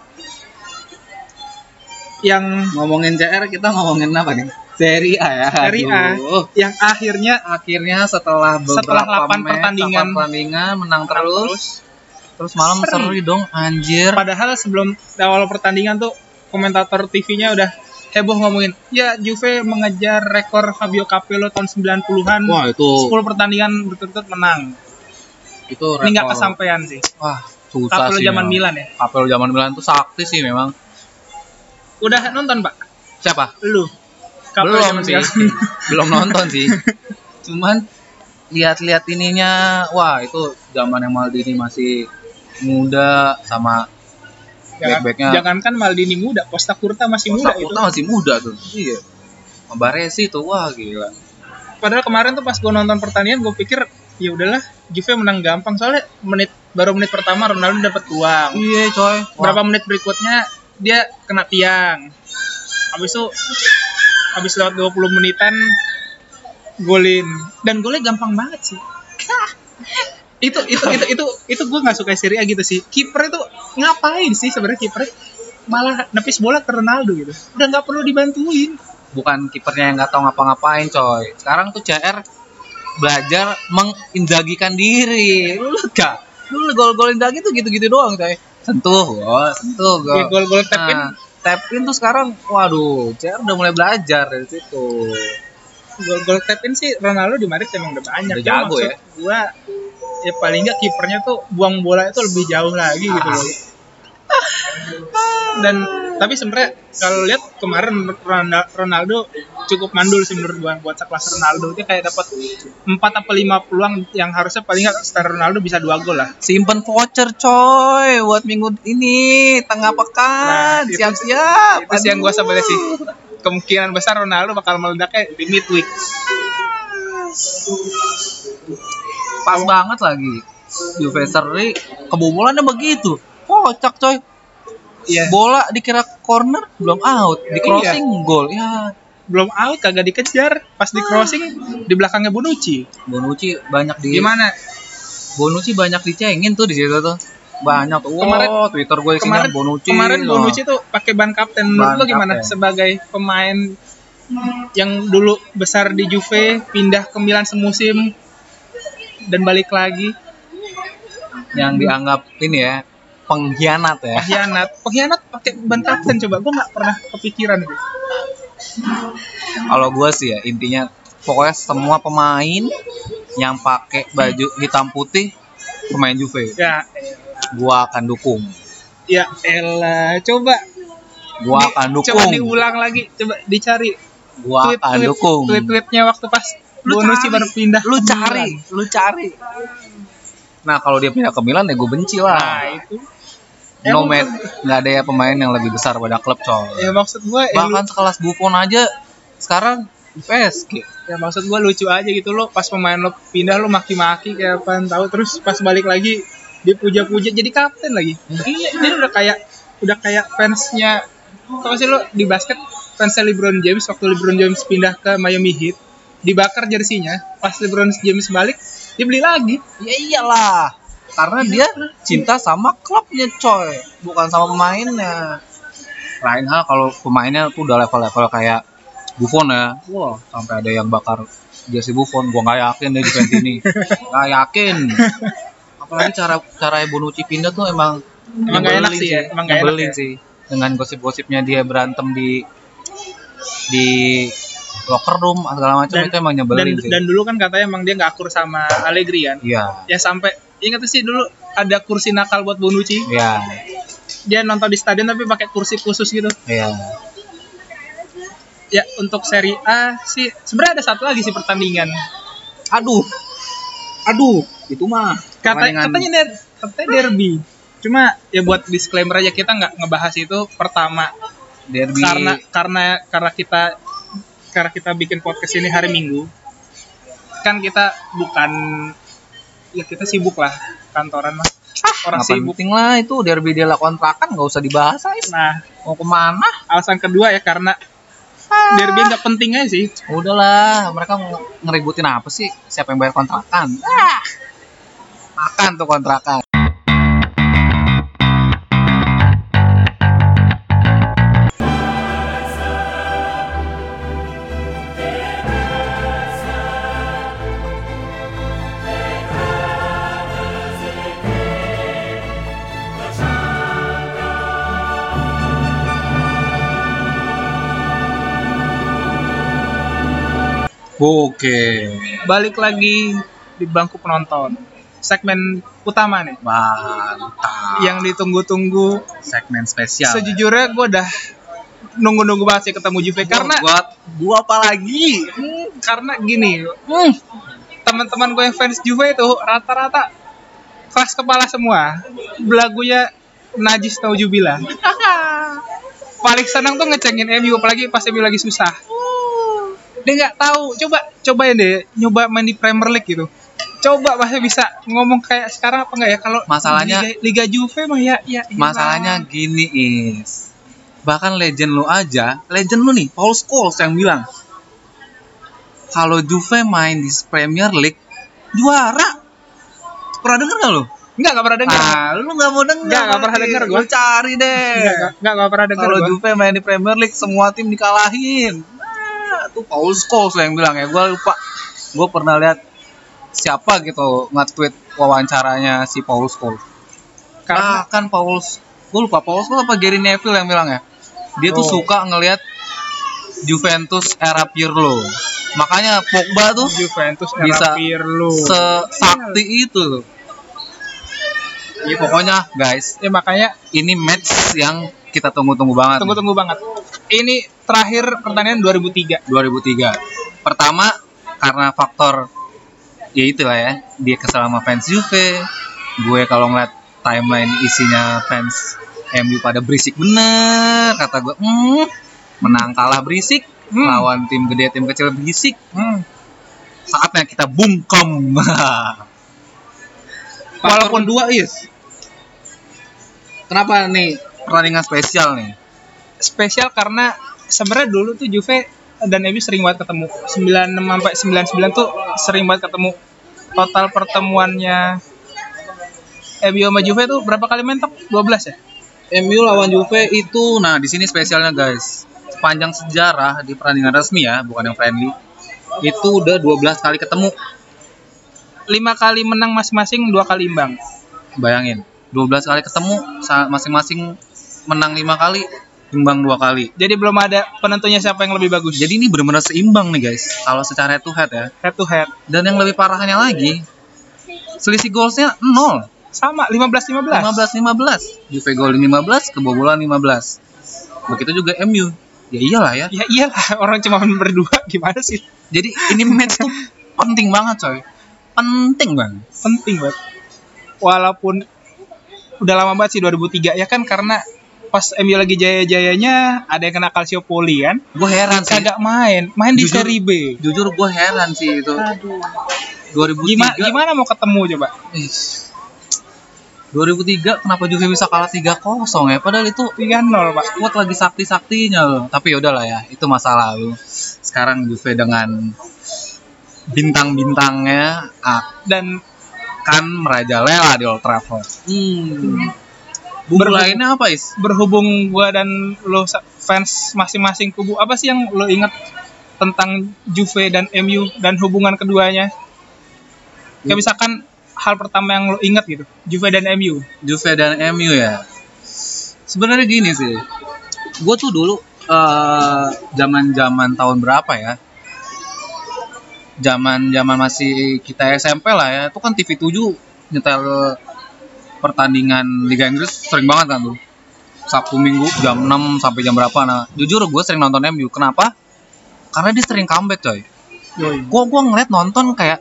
A: Yang
B: Ngomongin CR kita ngomongin apa nih? Seri A ya.
A: Seri A.
B: Aduh.
A: yang akhirnya
B: Akhirnya setelah beberapa
A: Setelah lapan
B: match,
A: pertandingan.
B: lapan pertandingan menang terus. Terus malam
A: Seri.
B: seri dong anjir.
A: padahal sebelum awal pertandingan tuh komentator TV-nya udah heboh ngomongin, ya Juve mengejar rekor Fabio Capello tahun 90-an.
B: Wah, itu
A: 10 pertandingan berturut-turut menang.
B: itu
A: Ini nggak
B: rekor.
A: kesampaian sih.
B: Wah, susah
A: Capello
B: sih.
A: zaman
B: memang.
A: Milan ya.
B: Capello zaman Milan tuh sakti sih memang.
A: Udah nonton, Pak?
B: Siapa?
A: Lu. Capello
B: belum
A: zaman
B: sih
A: Milan.
B: [LAUGHS] belum nonton
A: [LAUGHS]
B: sih cuman lihat-lihat ininya wah itu zaman yang Maldini masih muda sama
A: Jangan-
B: Back-backnya.
A: Jangankan Maldini muda, Costa Curta masih muda
B: Costa
A: itu.
B: Curta masih muda tuh iya Baresi tuh wah gila
A: Padahal kemarin tuh pas gue nonton pertandingan gue pikir ya udahlah Juve menang gampang soalnya menit baru menit pertama Ronaldo dapat uang.
B: iya coy Wah,
A: Berapa menit berikutnya dia kena tiang. Habis itu habis lewat 20 menitan golin dan golnya gampang banget
B: [LAUGHS]
A: sih. itu itu itu itu itu gue nggak suka Serie A gitu sih kiper itu ngapain sih sebenarnya kiper malah nepis bola ke Ronaldo gitu udah nggak perlu dibantuin
B: bukan kipernya yang nggak tahu ngapa-ngapain coy sekarang tuh CR belajar mengindagikan diri lu lihat gak dulu gol-gol indagi tuh gitu-gitu doang coy sentuh gol sentuh
A: Ya,
B: gol
A: gol-gol tap in
B: Nah, tap in tuh sekarang waduh CR udah mulai belajar dari situ
A: gol-gol tap in sih Ronaldo di Madrid emang udah banyak.
B: Udah
A: Cuma
B: jago
A: maksud
B: ya.
A: Gua ya paling nggak kipernya tuh buang bola itu lebih jauh lagi gitu
B: Ah.
A: loh. Dan tapi sebenarnya kalau lihat kemarin Ronda- Ronaldo cukup mandul sih menurut gua buat sekelas Ronaldo dia kayak dapat 4 atau 5 peluang yang harusnya paling nggak setara Ronaldo bisa dua gol lah.
B: simpen voucher coy buat minggu ini tengah pekan
A: Nah, itu-
B: siap-siap
A: Itu sih yang gua sebel sih. Kemungkinan besar Ronaldo bakal meledaknya di midweek.
B: pas banget lagi Juve seri kebobolannya begitu kocak coy
A: Iya.
B: bola dikira corner belum out di crossing gol ya
A: Belum out kagak dikejar, pas
B: Ah.
A: di crossing di belakangnya Bonucci.
B: Bonucci banyak di
A: Gimana?
B: Bonucci banyak dicengin tuh di situ tuh banyak tuh
A: Kemarin-
B: oh, Twitter gue isinya
A: kemarin
B: Bonucci
A: kemarin
B: loh.
A: Bonucci tuh pakai ban kapten menurut
B: Ban
A: lo gimana
B: kapten.
A: sebagai pemain yang dulu besar di Juve pindah ke Milan semusim dan balik lagi
B: yang
A: Hmm.
B: dianggap ini ya pengkhianat ya
A: pengkhianat pengkhianat pakai ban kapten coba gue nggak pernah kepikiran itu
B: kalau gue sih ya intinya pokoknya semua pemain yang pakai baju hitam putih pemain Juve
A: Hmm. ya
B: gua akan dukung
A: ya elah coba
B: gua akan
A: coba
B: dukung
A: diulang lagi coba dicari
B: gua akan dukung
A: tweet tweetnya waktu pas
B: Lu
A: Bonucci
B: cari.
A: baru pindah
B: lu
A: ke
B: cari
A: Milan.
B: lu cari nah kalau dia pindah ke Milan ya gue benci
A: nah
B: lah
A: itu
B: no
A: Emang-
B: man nggak ada ya pemain yang lebih besar pada klub
A: ya
B: coy
A: maksud gue
B: bahkan sekelas Buffon aja sekarang di PSG
A: ya maksud gue lucu aja gitu lo pas pemain lo pindah lo maki-maki kayak apaan tahu terus pas balik lagi dia puja-puja jadi Iya, kapten lagi ini dia udah kayak udah kayak fansnya tau gak sih lo di basket fansnya LeBron James waktu LeBron James pindah ke Miami Heat dibakar jersinya pas LeBron James balik dibeli lagi
B: Ya iyalah. Karena
A: Iya.
B: dia cinta sama klubnya coy, bukan sama pemainnya. Lain hal kalau pemainnya tuh udah level-level kayak Buffon ya. Wah, sampai ada yang bakar jersey Buffon. Gua nggak yakin deh
A: [LAUGHS]
B: Juventini. Nggak yakin. Apalagi cara cara Bonucci pindah tuh emang
A: Emang nggak enak
B: nyebelin
A: sih ya, emang nggak enak
B: Nyebelin
A: ya.
B: sih. Dengan gosip-gosipnya dia berantem di di locker room segala macam itu emang
A: dan,
B: nyebelin sih.
A: dan dulu kan katanya emang dia nggak akur sama Allegri kan
B: Iya.
A: ya sampai ingat sih dulu ada kursi nakal buat Bonucci
B: Iya.
A: dia nonton di stadion tapi pakai kursi khusus gitu
B: Iya.
A: ya untuk seri A sih sebenarnya ada satu lagi sih pertandingan
B: aduh aduh itu mah
A: Kata, katanya der, katanya derby cuma ya buat disclaimer aja kita nggak ngebahas itu pertama
B: derby
A: karena karena karena kita karena kita bikin podcast ini hari Minggu kan kita bukan ya kita sibuk lah kantoran mah orang
B: orang
A: sibuk
B: penting lah itu derby dia kontrakan nggak usah dibahas guys
A: nah
B: mau kemana
A: alasan kedua ya karena
B: Ah.
A: derby nggak penting aja sih
B: udahlah mereka mau ngeributin apa sih siapa yang bayar kontrakan Ah. makan tuh kontrakan oke
A: balik lagi di bangku penonton segmen utama nih
B: mantap
A: yang ditunggu-tunggu
B: segmen spesial
A: sejujurnya gue udah nunggu-nunggu banget sih ketemu Juve karena
B: buat gua apa lagi
A: Hmm, karena gini
B: [LAUGHS]
A: hmm, teman-teman gue yang fans Juve itu rata-rata kelas kepala semua belagunya najis tau jubila paling senang tuh ngecengin MU apalagi pas MU lagi susah dia nggak tahu coba cobain deh nyoba main di Premier League gitu coba pasti bisa ngomong kayak sekarang apa enggak ya kalau
B: Masalahnya-
A: Liga, Liga Juve mah ya ya elah.
B: Masalahnya gini is Bahkan legend lu aja Legend lu nih Paul Scholes yang bilang Kalau Juve main di Premier League Juara Pernah denger gak lu?
A: nggak nggak pernah dengar
B: Ah, lu gak mau denger
A: Nggak, nggak pernah
B: berarti.
A: denger gua.
B: Lu cari deh
A: nggak nggak- nggak nggak pernah dengar
B: Kalau
A: gua.
B: Juve main di Premier League Semua tim dikalahin Nah, Tuh Paul Scholes yang bilang ya Gue lupa Gue pernah lihat Siapa gitu Nge-tweet wawancaranya si Paul Scholes
A: karena
B: bahkan Paul gue kan lupa Paul Scholes apa Gary Neville yang bilang ya dia tuh
A: Oh.
B: suka ngelihat Juventus era Pirlo makanya Pogba tuh
A: Juventus era
B: Bisa
A: Pirlo
B: sesakti itu loh. Ya, pokoknya guys
A: ya makanya
B: ini match yang kita tunggu-tunggu banget
A: tunggu-tunggu banget. Ini terakhir pertandingan 2003.
B: 2003 pertama karena faktor ya itulah ya dia kesel sama fans Juve gue kalau ngeliat timeline isinya fans MU pada berisik bener kata gue hmm, menang kalah berisik
A: Hmm.
B: lawan tim gede tim kecil berisik
A: Hmm.
B: saatnya kita bungkam [LAUGHS]
A: Walaupun dua is
B: kenapa nih pertandingan spesial nih
A: spesial karena sebenarnya dulu tuh Juve dan MU sering banget ketemu. 96 sampai 99 tuh sering banget ketemu. Total pertemuannya MU sama Juve tuh berapa kali main Tok? 12 ya?
B: MU lawan Juve itu nah di sini spesialnya guys sepanjang sejarah di pertandingan resmi ya bukan yang friendly itu udah 12 kali ketemu
A: 5 kali menang masing-masing, 2 kali imbang.
B: bayangin 12 kali ketemu sa- masing-masing menang 5 kali imbang 2 kali
A: Jadi belum ada penentunya siapa yang lebih bagus.
B: jadi ini benar-benar seimbang nih guys kalau secara head to head ya
A: head to head
B: dan yang lebih parahnya lagi selisih goalsnya 0
A: sama 15-15.
B: 15-15 Juve golin 15 kebobolan 15 begitu juga MU ya iyalah ya
A: Ya iyalah, orang cuma berdua gimana sih?
B: jadi ini match tuh penting banget coy penting banget
A: penting banget. Walaupun udah lama banget sih 2003 ya kan karena pas MU lagi jaya-jayanya ada yang kena kalsiopoli kan.
B: gue heran sih
A: Kagak main, main di
B: Jujur.
A: seri B.
B: jujur gue heran sih itu 2003
A: Gimana gimana mau ketemu coba?
B: Ih, 2003 kenapa Juve bisa kalah 3-0 ya? Padahal itu
A: 3-0 pak
B: squad lagi sakti-saktinya loh. Tapi udahlah ya, itu masa lalu. Sekarang Juve dengan bintang-bintangnya
A: dan
B: akan merajalela di Old Trafford.
A: hmm,
B: Bumbu
A: Berhubung-
B: lainnya apa, Is?
A: berhubung gua dan lo sa- fans masing-masing kubu apa sih yang lo ingat tentang Juve dan MU dan hubungan keduanya kayak misalkan hal pertama yang lo ingat gitu Juve dan MU
B: Juve dan MU ya. Sebenarnya gini sih. Gue tuh dulu eh, zaman-zaman tahun berapa ya? Zaman-zaman masih kita SMP lah ya. Itu kan TV 7 nyetel pertandingan Liga Inggris sering banget kan tuh. Sabtu Minggu jam 6 sampai jam berapa. Nah, jujur gue sering nonton MU. Kenapa? Karena dia sering comeback, coy gua gua ngeliat nonton kayak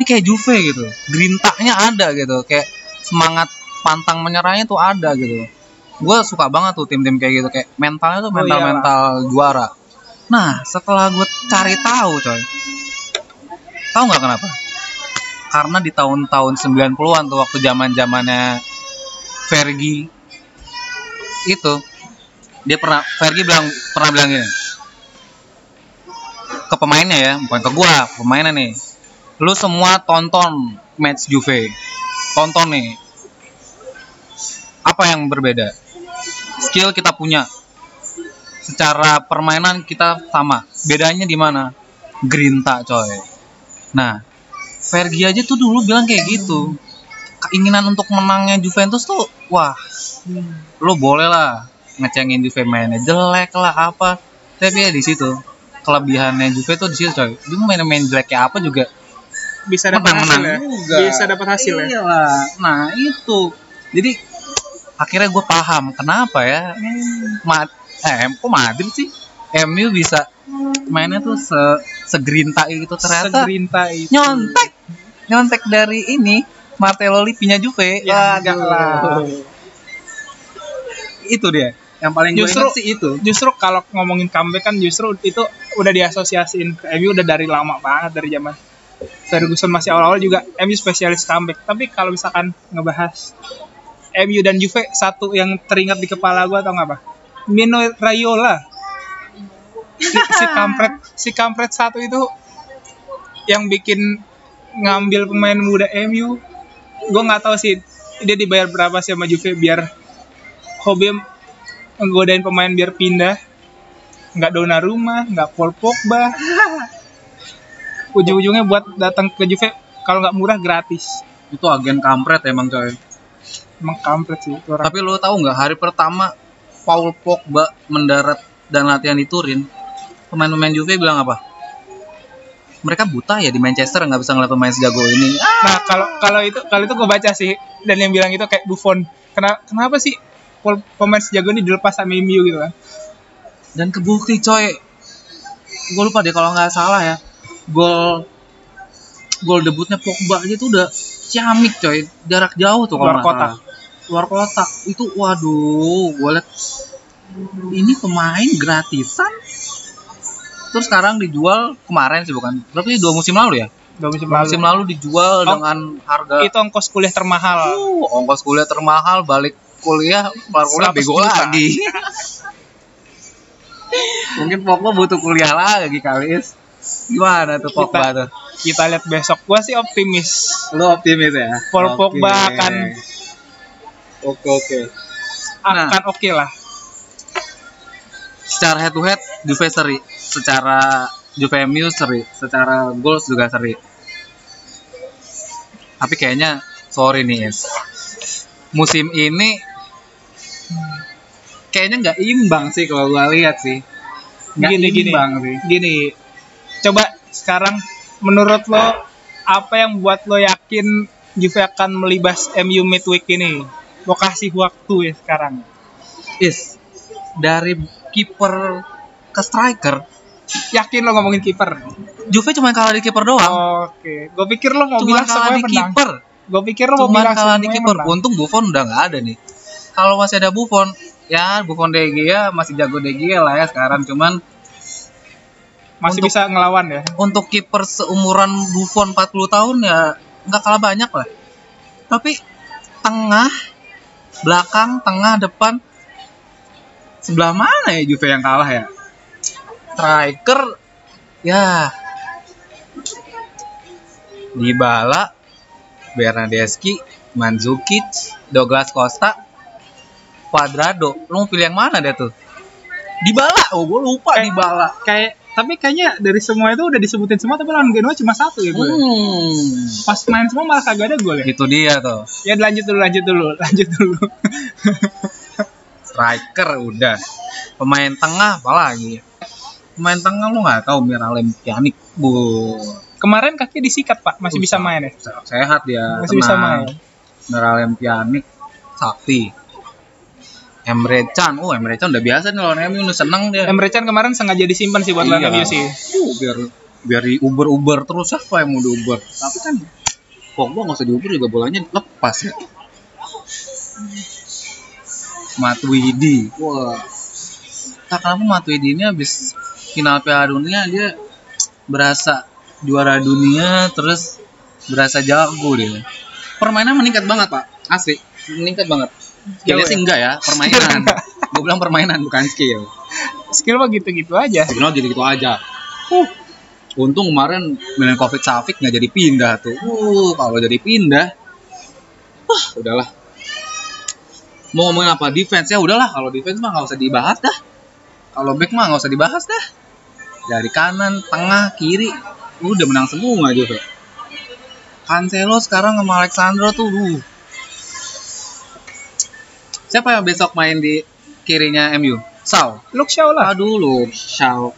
B: ini kayak Juve gitu grintaknya ada gitu kayak semangat pantang menyerahnya tuh ada gitu gua suka banget tuh tim-tim kayak gitu kayak mentalnya tuh
A: Oh,
B: mental
A: iyalah.
B: mental juara nah setelah gue cari tahu coy tahu nggak kenapa karena di tahun-tahun 90-an tuh waktu zaman zamannya Fergie itu dia pernah Fergie bilang pernah bilang gini ke pemainnya ya bukan ke gua ke pemainnya nih lu semua tonton match Juve tonton nih apa yang berbeda skill kita punya secara permainan kita sama bedanya di mana grinta coy nah Fergie aja tuh dulu bilang kayak gitu keinginan untuk menangnya Juventus tuh wah
A: Hmm.
B: lu boleh lah ngecengin Juve mainnya jelek lah apa tapi ya di situ kelebihannya Juve tuh di situ coy dia main-main jelek kayak apa juga
A: bisa dapat hasil
B: menang-menang
A: ya
B: juga.
A: bisa dapat hasil ya
B: Iyalah. nah itu jadi akhirnya gue paham kenapa ya Mad eh kok Madrid sih MU bisa mainnya tuh se segerinta itu ternyata
A: Segerinta itu
B: nyontek nyontek dari ini Martelo Lippinya Juve
A: ya enggak
B: Waduh.
A: lah
B: itu dia yang paling gue
A: Justru-
B: ingat sih itu
A: justru kalau ngomongin comeback kan justru itu udah diasosiasiin ke MU udah dari lama banget dari zaman Ferguson masih awal-awal juga MU spesialis comeback tapi kalau misalkan ngebahas MU dan Juve satu yang teringat di kepala gua atau apa Mino Raiola si, si kampret si kampret satu itu yang bikin ngambil pemain muda MU gua nggak tahu sih dia dibayar berapa sih sama Juve biar hobi ngegodain pemain biar pindah nggak dona rumah nggak Paul Pogba ujung-ujungnya buat datang ke Juve kalau nggak murah gratis
B: itu agen kampret emang coy
A: emang kampret sih itu orang
B: Tapi lo tahu nggak hari pertama Paul Pogba mendarat dan latihan di Turin, pemain-pemain Juve bilang apa? Mereka buta ya di Manchester nggak bisa ngeliat pemain sejago ini. Ah,
A: nah kalau kalau itu kalau itu gue baca sih dan yang bilang itu kayak Buffon kenapa kenapa sih Paul- pemain sejago ini dilepas sama MU gitu kan
B: Dan kebukti coy. Gue lupa deh kalau nggak salah ya. Gol gol debutnya Pogba aja tuh udah ciamik coy. Jarak jauh tuh kalau
A: Luar
B: nggak
A: kota.
B: salah. Luar kota. Itu waduh, gue liat ini pemain gratisan terus sekarang dijual kemarin sih bukan berarti dua musim lalu ya
A: dua musim
B: Dua
A: lalu
B: musim lalu dijual
A: Oh,
B: dengan harga
A: itu ongkos kuliah termahal
B: Uh, ongkos kuliah termahal balik kuliah kelar kuliah
A: 100
B: bego
A: juta.
B: lagi [LAUGHS] mungkin Pogba butuh kuliah lagi kali is gimana tuh Pogba
A: Kita-
B: tuh
A: kita lihat besok gue sih optimis
B: lo optimis ya
A: Paul Pogba akan-
B: oke oke Nah.
A: akan oke lah
B: secara head to head Juve seri secara Juve MU seri secara goals juga seri tapi kayaknya sorry nih Is. musim ini kayaknya nggak imbang sih kalau gua lihat sih nggak
A: Gini, gini.
B: imbang sih
A: gini coba sekarang menurut lo apa yang buat lo yakin Juve akan melibas MU midweek ini lo kasih waktu ya sekarang
B: Is dari kiper ke striker
A: yakin lo ngomongin kiper
B: Juve cuma kalah di kiper doang
A: oke gue pikir lo mau
B: cuma
A: bilang
B: kalah
A: Oh, semuanya
B: di
A: menang
B: kiper
A: gue pikir lo mau
B: cuma
A: bilang
B: kalah di
A: semuanya
B: kiper
A: menang.
B: untung Buffon udah nggak ada nih kalau masih ada Buffon ya Buffon De Gea masih jago De Gea lah ya sekarang cuman
A: masih
B: untuk-
A: bisa ngelawan ya
B: untuk kiper seumuran Buffon 40 tahun ya nggak kalah banyak lah tapi tengah belakang tengah depan sebelah mana ya Juve yang kalah ya striker ya Dybala Bernadeschi Mandzukic Douglas Costa Cuadrado lu mau pilih yang mana deh tuh Dybala oh gue lupa
A: Eh,
B: Dybala
A: Kayak tapi kayaknya dari semua itu udah disebutin semua tapi lawan Genoa cuma satu ya gue.
B: hmm.
A: Pas main semua malah kagak ada gol ya.
B: itu dia tuh
A: Ya lanjut dulu, lanjut dulu, [LAUGHS] lanjut dulu.
B: striker udah pemain tengah apalagi pemain tengah lu nggak tahu Miralem Pjanic bu
A: Kemarin kaki disikat pak, masih bisa main ya?
B: sehat dia
A: Masih bisa main.
B: Miralem Pjanic Sakti Emre Can oh Emre Can udah biasa nih lawan MU udah seneng dia
A: Emre Can kan kemarin sengaja disimpan sih buat
B: Iya.
A: lawan MU sih.
B: Uh, biar biar di uber uber terus apa yang mau di uber tapi kan Pogba nggak usah diuber juga bolanya lepas ya Matuidi wah tak kenapa Matuidi ini habis final Piala Dunia dia berasa juara dunia terus berasa jago dia permainan meningkat banget pak asli meningkat banget
A: Jauh
B: skillnya
A: ya?
B: sih enggak ya
A: [LAUGHS]
B: permainan gue bilang permainan bukan skill
A: Skill mah gitu-gitu aja.
B: skill gitu-gitu aja
A: Uh,
B: Untung kemarin Milenkovic Savic nggak jadi pindah tuh. Uh, kalau jadi pindah, wah udahlah. Mau ngomongin apa defense ya udahlah. Kalau defense mah nggak usah dibahas dah. Kalau back mah nggak usah dibahas dah. Dari kanan, tengah, kiri, udah menang semua juga. Cancelo sekarang sama Alexandro tuh. uh. Siapa yang besok main di kirinya MU? Sal.
A: Luke Shaw lah.
B: Aduh lu, Sal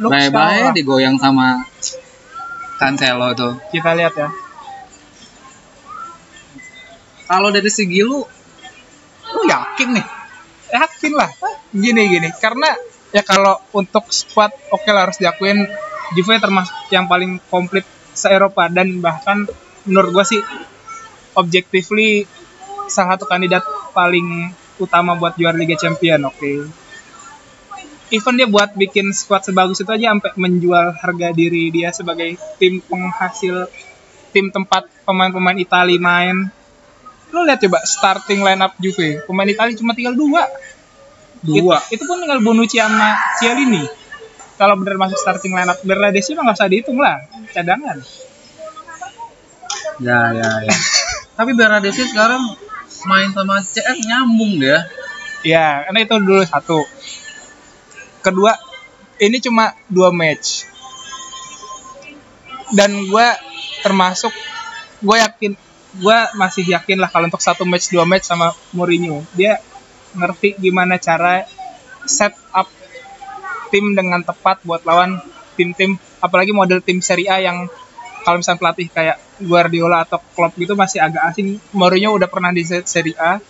A: Luke Shaw lah.
B: bye-bye digoyang sama Cancelo tuh.
A: Kita lihat ya.
B: Kalau dari segi lu, lu yakin nih?
A: Yakin lah. Gini gini, karena ya kalau untuk squad oke lah harus diakuin Juve termasuk yang paling komplit se Eropa dan bahkan menurut gua sih objectively salah satu kandidat paling utama buat juara Liga Champion, oke. Even dia buat bikin squad sebagus itu aja sampai menjual harga diri dia sebagai tim penghasil tim tempat pemain-pemain Itali main. Lu lihat coba starting lineup Juve, pemain Itali cuma tinggal dua.
B: Dua.
A: It- itu pun tinggal Bonucci sama Cialini. Kalau bener masuk starting lineup Bernadeschi mah nggak usah dihitung lah, cadangan.
B: Ya ya ya. [LAUGHS] Tapi Bernadeschi sekarang main sama CR nyambung dia.
A: Ya, karena itu dulu satu. Kedua, ini cuma dua match. Dan gue termasuk gue yakin gue masih yakin lah kalau untuk satu match dua match sama Mourinho dia ngerti gimana cara set up tim dengan tepat buat lawan tim-tim apalagi model tim Serie A yang kalau misalnya pelatih kayak Guardiola atau Klopp gitu masih agak asing Mourinho udah pernah di se- Serie A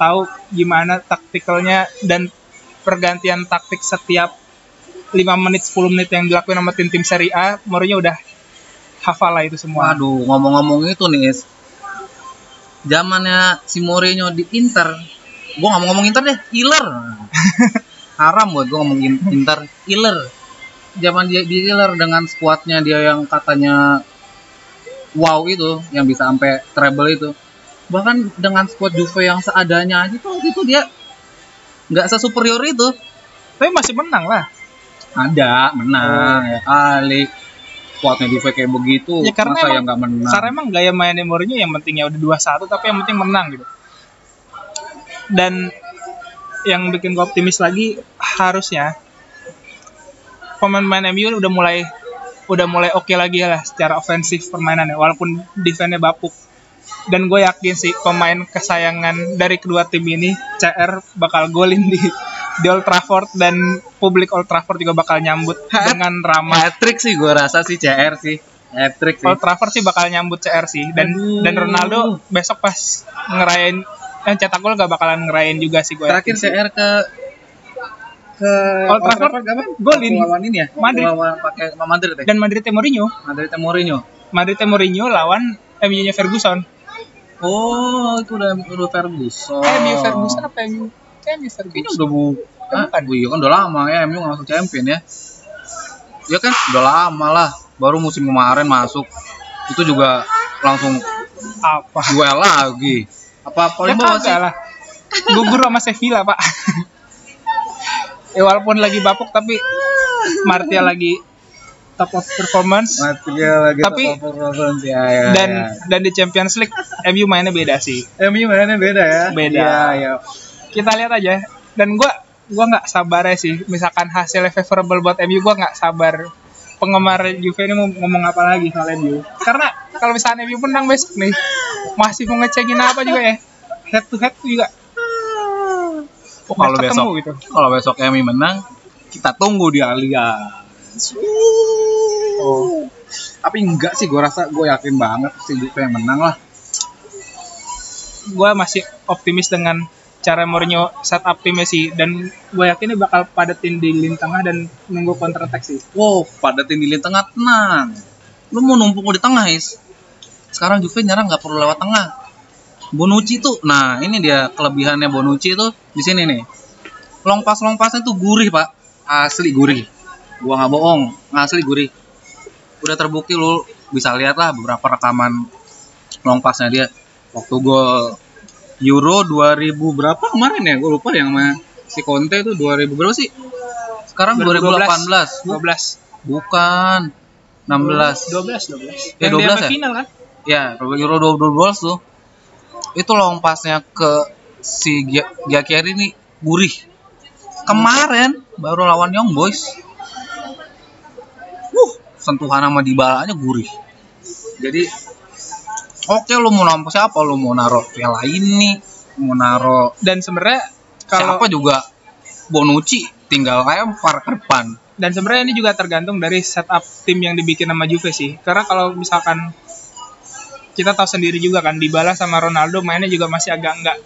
A: tahu gimana taktikalnya dan pergantian taktik setiap 5 menit 10 menit yang dilakuin sama tim-tim Serie A Mourinho udah hafal lah itu semua
B: Waduh, ngomong-ngomong itu nih, Is. zamannya si Mourinho di Inter, gua nggak mau ngomong Inter deh,
A: [LAUGHS]
B: Iler. Haram buat gua ngomong In- Inter, Iler. Zaman dia di Iler dengan skuadnya dia yang katanya wow itu, yang bisa sampai treble itu. Bahkan dengan skuad Juve yang seadanya aja tuh waktu itu dia nggak sesuperior itu.
A: tapi masih menang lah
B: Ada, menang, ya kali. Skuadnya Juve kayak begitu,
A: Oh. Ya, karena
B: masa
A: emang-
B: yang nggak menang.
A: Karena emang gaya mainnya Mourinho yang penting ya udah 2-1 tapi yang penting menang gitu. Dan yang bikin gue optimis lagi harusnya pemain-pemain MU udah mulai udah mulai oke lagi lah secara ofensif permainannya walaupun defense-nya bapuk. Dan gue yakin sih pemain kesayangan dari kedua tim ini CR bakal golin di di Old Trafford dan publik Old Trafford juga bakal nyambut dengan ramah.
B: Patrick sih gue rasa sih CR sih. Patrick sih.
A: Old Trafford sih bakal nyambut CR sih dan
B: Aduh.
A: dan Ronaldo besok pas ngerayain eh, cetak gol gak bakalan ngerayain juga sih Oh, gue.
B: Terakhir CR ke ke
A: Old Trafford,
B: kapan?
A: golin.
B: Waktu lawan ini ya.
A: Madrid.
B: Waktu Lawan pakai sama Madrid ya.
A: Dan Madrid Mourinho,
B: Madrid sama Mourinho.
A: Madrid Mourinho lawan MU-nya Ferguson.
B: Oh, itu udah udah Ferguson.
A: Eh, MU Ferguson apa MU? Kayak MU
B: Oh. Kayaknya
A: Ferguson.
B: udah bu. Ah, iya kan udah lama ya MU nggak masuk champion ya. Ya kan udah lama lah. Baru musim kemarin masuk. Itu juga langsung
A: apa
B: duel lagi apa
A: ya
B: volleyball sih
A: kagak lah gugur sama Sevilla
B: [LAUGHS]
A: pak ya walaupun lagi bapuk tapi Martial lagi top of performance
B: Material lagi
A: Tapi-
B: top performance ya, ya,
A: dan
B: ya.
A: dan di Champions League MU mainnya beda sih
B: MU mainnya beda ya.
A: Beda.
B: Ya, ya.
A: kita lihat aja dan gua gua nggak sabar ya sih misalkan hasilnya favorable buat MU gua nggak sabar penggemar Juve ini mau ngomong apa lagi soal MU karena kalau misalnya MU menang besok nih masih mau ngecekin apa juga ya head to head juga
B: Kalau
A: Ketemu
B: besok
A: gitu.
B: Oh, kalau besok MU menang, kita tunggu di Allianz. Oh. Tapi enggak sih, gue rasa gue yakin banget si Juve yang menang lah.
A: gua masih optimis dengan cara Mourinho set up timnya sih dan gue yakin ini bakal padatin di lini tengah dan nunggu counter attack sih
B: Wow, padatin di lini tengah tenang. Lu mau numpuk lu di tengah, Is. Sekarang Juve nyerang nggak perlu lewat tengah. Bonucci tuh, nah ini dia kelebihannya Bonucci tuh di sini nih. Long pass long passnya tuh gurih pak, asli gurih. Gua nggak bohong, asli gurih. Udah terbukti lu bisa lihat lah beberapa rekaman long passnya dia. Waktu gol Euro 2000 berapa kemarin ya? Gue lupa yang sama si Conte tuh 2000 berapa sih? Sekarang 2018.
A: 12
B: Bukan.
A: Oh,
B: 16.
A: 12 12
B: Ya,
A: Yang dia
B: 12
A: sampai
B: ya?
A: final kan
B: Ya, Euro 2012 tuh. Itu long passnya ke si Gia- Giacchieri ini gurih. Kemarin baru lawan Young Boys. Wuh, sentuhan sama Dybala-nya gurih. Jadi oke lu mau nampol siapa? Lu mau naro Vela ini, mau naro
A: dan sebenarnya kalau
B: siapa juga Bonucci tinggal lempar ke depan.
A: dan sebenarnya ini juga tergantung dari setup tim yang dibikin sama Juve sih karena kalau misalkan kita tahu sendiri juga kan Dybala sama Ronaldo mainnya juga masih agak enggak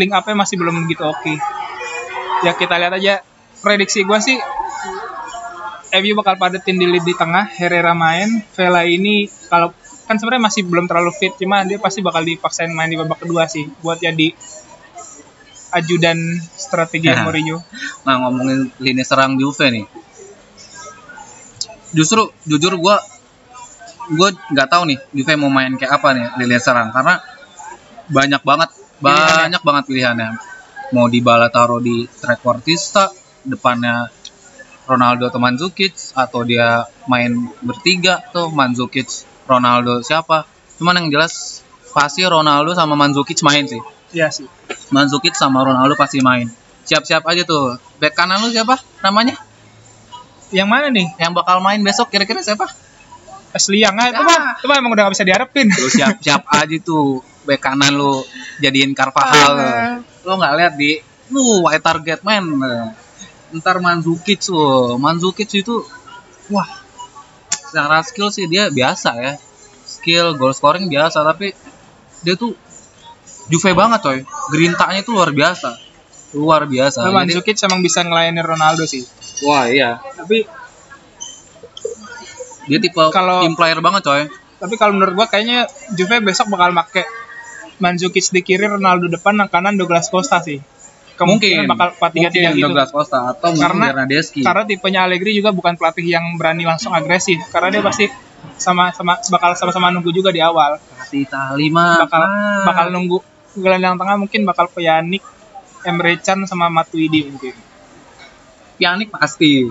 A: link up-nya masih belum begitu oke ya kita lihat aja prediksi gue sih MU bakal padetin di lead di tengah Herrera main Vela ini kalau kan sebenarnya masih belum terlalu fit cuma dia pasti bakal dipaksain main di babak kedua sih buat jadi ajudan strategi
B: Nah.
A: Mourinho
B: Nah ngomongin lini serang Juve nih, justru jujur gua gue nggak tahu nih Juve mau main kayak apa nih lini serang karena banyak banget banyak banget pilihannya. Mau di taruh di trequartista depannya Ronaldo atau Mandzukic atau dia main bertiga tuh Mandzukic Ronaldo siapa? Cuman yang jelas pasti Ronaldo sama Mandzukic main sih.
A: Iya sih
B: Mandzukic sama Ronaldo pasti main. Siap-siap aja tuh. Back kanan lu siapa namanya?
A: yang mana nih
B: Yang bakal main besok kira-kira siapa?
A: Pas liang ah, itu mah, itu mah emang udah gak bisa diharapin.
B: Lu siap-siap aja tuh. Back kanan lu jadiin Carvajal. tuh. Lu nggak lihat di lu wide target man. Ntar Mandzukic tuh. Mandzukic itu wah. Secara skill sih dia biasa ya. Skill goal scoring biasa tapi dia tuh Juve banget coy. Gerintanya itu luar biasa. Luar biasa.
A: Nah,
B: Jadi-
A: Mandzukic emang bisa ngelayanin Ronaldo sih.
B: wah iya.
A: Tapi
B: dia tipe
A: Kalau-
B: tim player banget coy
A: tapi kalau menurut gua kayaknya Juve besok bakal make Mandzukic di kiri, Ronaldo depan, yang kanan Douglas Costa sih. Kemungkinan kan bakal 4-3-3
B: mungkin
A: gitu.
B: Douglas Costa atau mungkin
A: Karena-
B: Bernadeschi
A: Karena tipenya Allegri juga bukan pelatih yang berani langsung agresif, karena dia pasti sama sama bakal sama-sama nunggu juga di awal.
B: si Itali mah
A: Bakal
B: ah.
A: bakal nunggu gelandang tengah mungkin bakal Pjanic, Emre Can sama Matuidi mungkin.
B: Pjanic pasti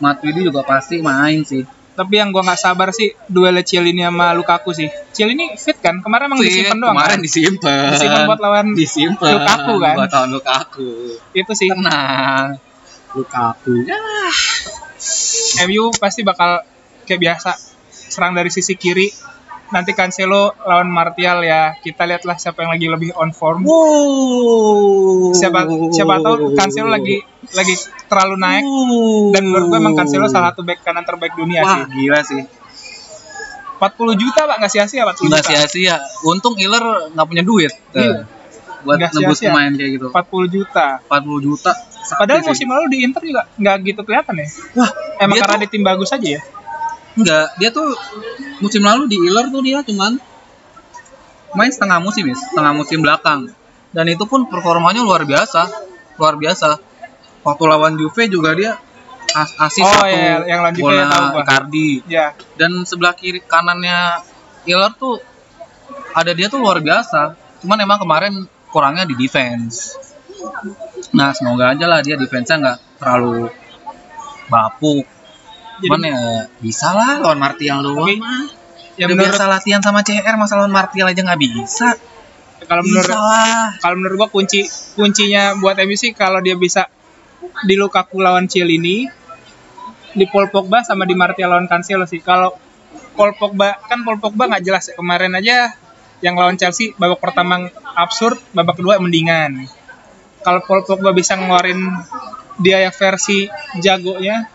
B: Matuidi juga pasti main sih
A: Tapi yang gua nggak sabar sih duel Cielini sama Lukaku sih. Cielini fit kan? Kemarin emang disimpan doang.
B: kemarin
A: kan?
B: disimpan
A: Disimpan buat lawan
B: disimpan
A: Lukaku kan?
B: buat lawan Lukaku
A: itu sih.
B: tenang Lukaku ya
A: MU pasti bakal kayak biasa serang dari sisi kiri. Nanti Cancelo lawan Martial ya. Kita lihatlah siapa yang lagi lebih on form.
B: wow
A: Siapa siapa tahu Cancelo lagi lagi terlalu naik dan menurut gue emang Cancelo salah satu back kanan terbaik dunia
B: wah
A: sih.
B: gila sih
A: 40 juta Pak nggak sia-sia 40
B: nggak
A: juta.
B: sia-sia untung Iler nggak punya duit tuh.
A: Iya.
B: buat
A: Nggak
B: nebus
A: sia-sia.
B: pemain kayak gitu
A: 40 juta.
B: 40 juta sakti
A: Padahal
B: sih.
A: musim lalu di Inter juga nggak gitu kelihatan ya.
B: wah
A: Emang
B: dia
A: karena
B: tuh-
A: di tim bagus aja ya.
B: Enggak, dia tuh musim lalu di Iler tuh dia cuman main setengah musim ya, setengah musim belakang. Dan itu pun performanya luar biasa, luar biasa. Waktu lawan Juve juga dia as asis
A: Oh,
B: satu
A: iya, yang lawan Juve
B: bola
A: tahu gua.
B: Icardi.
A: Ya,
B: Dan sebelah kiri kanannya Iler tuh ada dia tuh luar biasa. Cuman emang kemarin kurangnya di defense. Nah semoga aja lah dia defense-nya nggak terlalu bapuk. Cuman ya bisa lah lawan Martial doang.
A: Tapi,
B: mah.
A: ya
B: Udah
A: menurut
B: biasa latihan sama CR masa lawan Martial aja nggak bisa. Ya
A: kalau menurut
B: bisa lah.
A: kalau menurut gua kunci kuncinya buat MU sih kalau dia bisa di Lukaku lawan Chiellini di Paul Pogba sama di Martial lawan Cancelo sih kalau Paul Pogba kan Paul Pogba nggak jelas ya. kemarin aja yang lawan Chelsea babak pertama absurd babak kedua mendingan kalau Paul Pogba bisa ngeluarin dia yang versi jagonya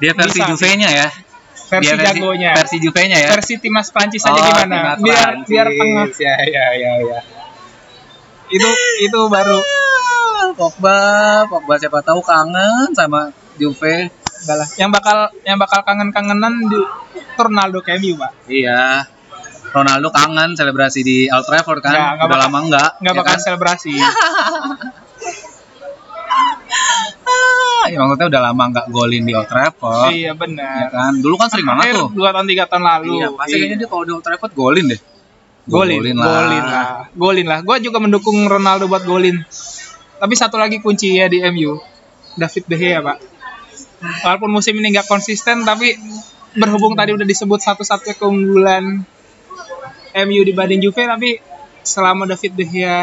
B: Dia versi
A: Bisa sih.
B: Juve-nya ya.
A: versi
B: Dia
A: jagonya
B: Versi Juve-nya ya.
A: versi timnas Prancis aja
B: Oh,
A: gimana
B: timnas
A: biar
B: Prancis.
A: biar tengah ya ya ya ya itu itu baru
B: Pogba, Pogba siapa tahu kangen sama Juve.
A: Enggak lah. Yang bakal yang bakal kangen-kangenan di itu Ronaldo ke MU, Pak.
B: Iya. Ronaldo kangen selebrasi di Old Trafford kan?
A: Iya, Nggak, nggak
B: Udah
A: bakal-
B: lama ya kan? enggak?
A: Enggak bakal [LAUGHS] selebrasi.
B: Ya, maksudnya udah lama enggak golin di Old Trafford.
A: iya,
B: Ya
A: benar.
B: kan? Dulu kan sering
A: Akhir
B: banget tuh.
A: 2 tahun 3 tahun lalu.
B: Iya, pasti kayaknya dia kalau di Old Trafford golin deh.
A: golin, golin lah. Golin lah. Gua juga mendukung Ronaldo buat golin. Tapi satu lagi kunci ya di MU. David De Gea, Pak. Walaupun musim ini nggak konsisten tapi berhubung tadi udah disebut satu-satunya keunggulan MU dibanding Juve tapi selama David De Gea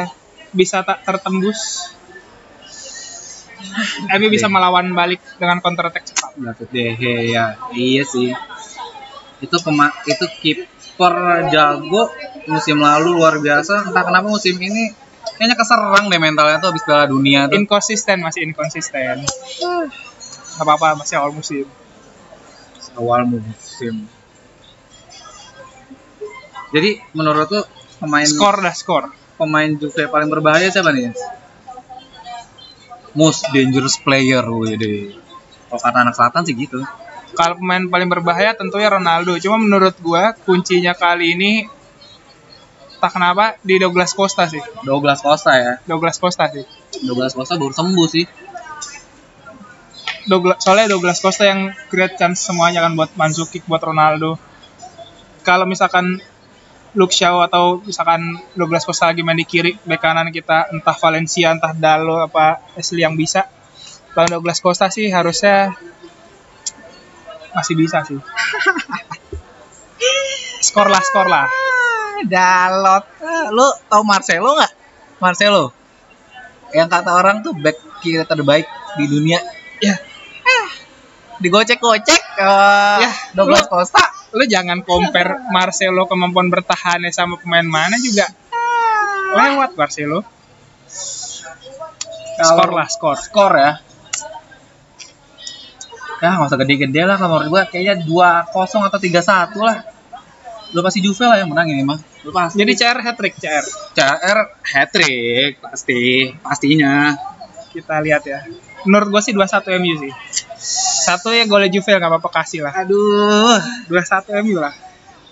A: bisa tak tertembus MU bisa melawan balik dengan counter attack cepat.
B: David De Gea. Iya sih. Itu kema itu kiper jago musim lalu luar biasa. Entah kenapa musim ini kayaknya keserang deh mentalnya tuh habis Piala Dunia tuh.
A: Inkonsisten masih inkonsisten. Gak apa-apa masih awal musim.
B: awal musim. Jadi menurut tuh pemain
A: Skor dah skor.
B: pemain Juve paling berbahaya siapa nih? Most dangerous player wede. Kalau kata anak selatan sih gitu.
A: kalau pemain paling berbahaya tentunya Ronaldo. Cuma menurut gua kuncinya kali ini tak kenapa di Douglas Costa sih.
B: Douglas Costa ya.
A: Douglas Costa sih.
B: Douglas Costa baru sembuh sih.
A: Douglas, soalnya Douglas Costa yang create chance semuanya kan buat Manzukic, buat Ronaldo. Kalau misalkan Luke Shaw atau misalkan Douglas Costa lagi main di kiri, bek kanan kita entah Valencia, entah Dalo apa Ashley yang bisa. Kalau Douglas Costa sih harusnya masih bisa sih. skor lah, skor lah.
B: Ah, Dalot. Lu tau Marcelo nggak? Marcelo. Yang kata orang tuh back kiri terbaik di dunia.
A: Ya,
B: Digocek-gocek
A: Ya,
B: ya, Douglas Costa.
A: lu jangan compare Marcelo kemampuan bertahannya sama pemain mana juga lewat Marcelo skor lah skor
B: Skor ya. Ya, nggak usah gede-gede lah kalau menurut gua kayaknya 2-0 atau 3-1 lah. Lu pasti Juve lah yang menang ini mah. Lu pasti.
A: jadi CR hat trick CR
B: CR hat trick pasti, pastinya.
A: kita lihat ya menurut gue sih 21 MU sih satu ya golnya Juve nggak apa-apa kasih lah
B: Aduh,
A: 21 MU lah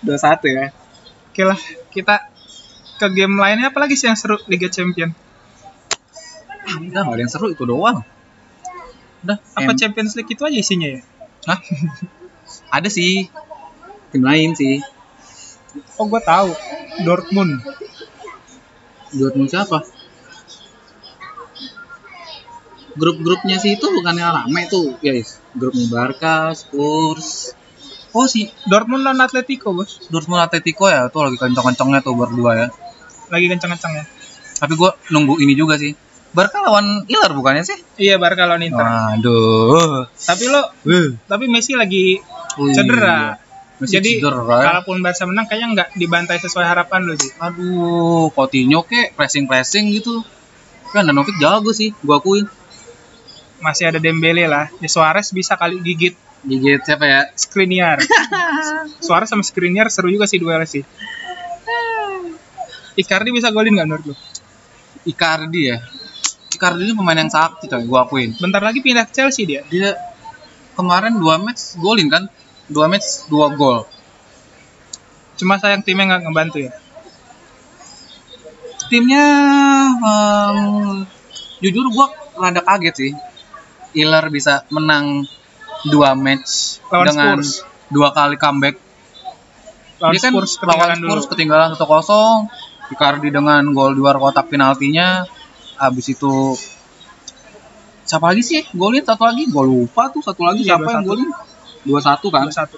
B: 2-1 ya.
A: oke lah kita ke game lainnya apalagi sih yang seru Liga Champion
B: Ah, udah nggak ada yang seru itu doang. Udah,
A: apa
B: em-
A: Champions League itu aja isinya ya
B: Hah? [LAUGHS] ada sih tim lain sih.
A: oh gue tahu Dortmund
B: Dortmund siapa? Grup-grupnya sih itu bukannya rame tuh, guys. Grupnya Barca, Spurs. Oh si
A: Dortmund lawan Atletico bos
B: Dortmund Atletico ya, tuh lagi kencang-kencangnya tuh berdua ya.
A: lagi kencang-kencang ya
B: Tapi gua nunggu ini juga sih. Barca lawan Ilar bukannya sih?
A: iya Barca lawan Inter
B: Aduh.
A: tapi lo tapi Messi lagi cedera. Jadi
B: Jadi cedera. ya.
A: kalaupun Barca menang kayaknya nggak dibantai sesuai harapan lo sih.
B: Aduh, Coutinho kek pressing-pressing gitu. Kan Danovic jago sih, gua akuin.
A: Masih ada Dembele lah. Ya, Suarez bisa kali gigit
B: Gigit siapa ya?
A: Skriniar. Suarez sama Skriniar seru juga sih duelnya sih. Icardi bisa golin nggak menurut lo?
B: Icardi ya. Icardi ini pemain yang sakti coy, gua akuin.
A: Bentar lagi pindah ke Chelsea dia.
B: Dia kemarin dua match golin kan? Dua match dua gol.
A: Cuma sayang timnya nggak ngebantu ya.
B: Timnya em, jujur gua rada kaget sih. Ilar bisa menang dua match
A: Lawan
B: dengan
A: Spurs.
B: dua kali comeback.
A: lawan
B: dia kan
A: Spurs
B: lawan
A: ketinggalan dulu.
B: Spurs ketinggalan 1-0 Icardi dengan gol di luar kotak penaltinya habis itu siapa lagi sih golin satu lagi gol lupa tuh satu lagi
A: Iya,
B: siapa yang
A: 2-1.
B: golin dua satu kan
A: satu.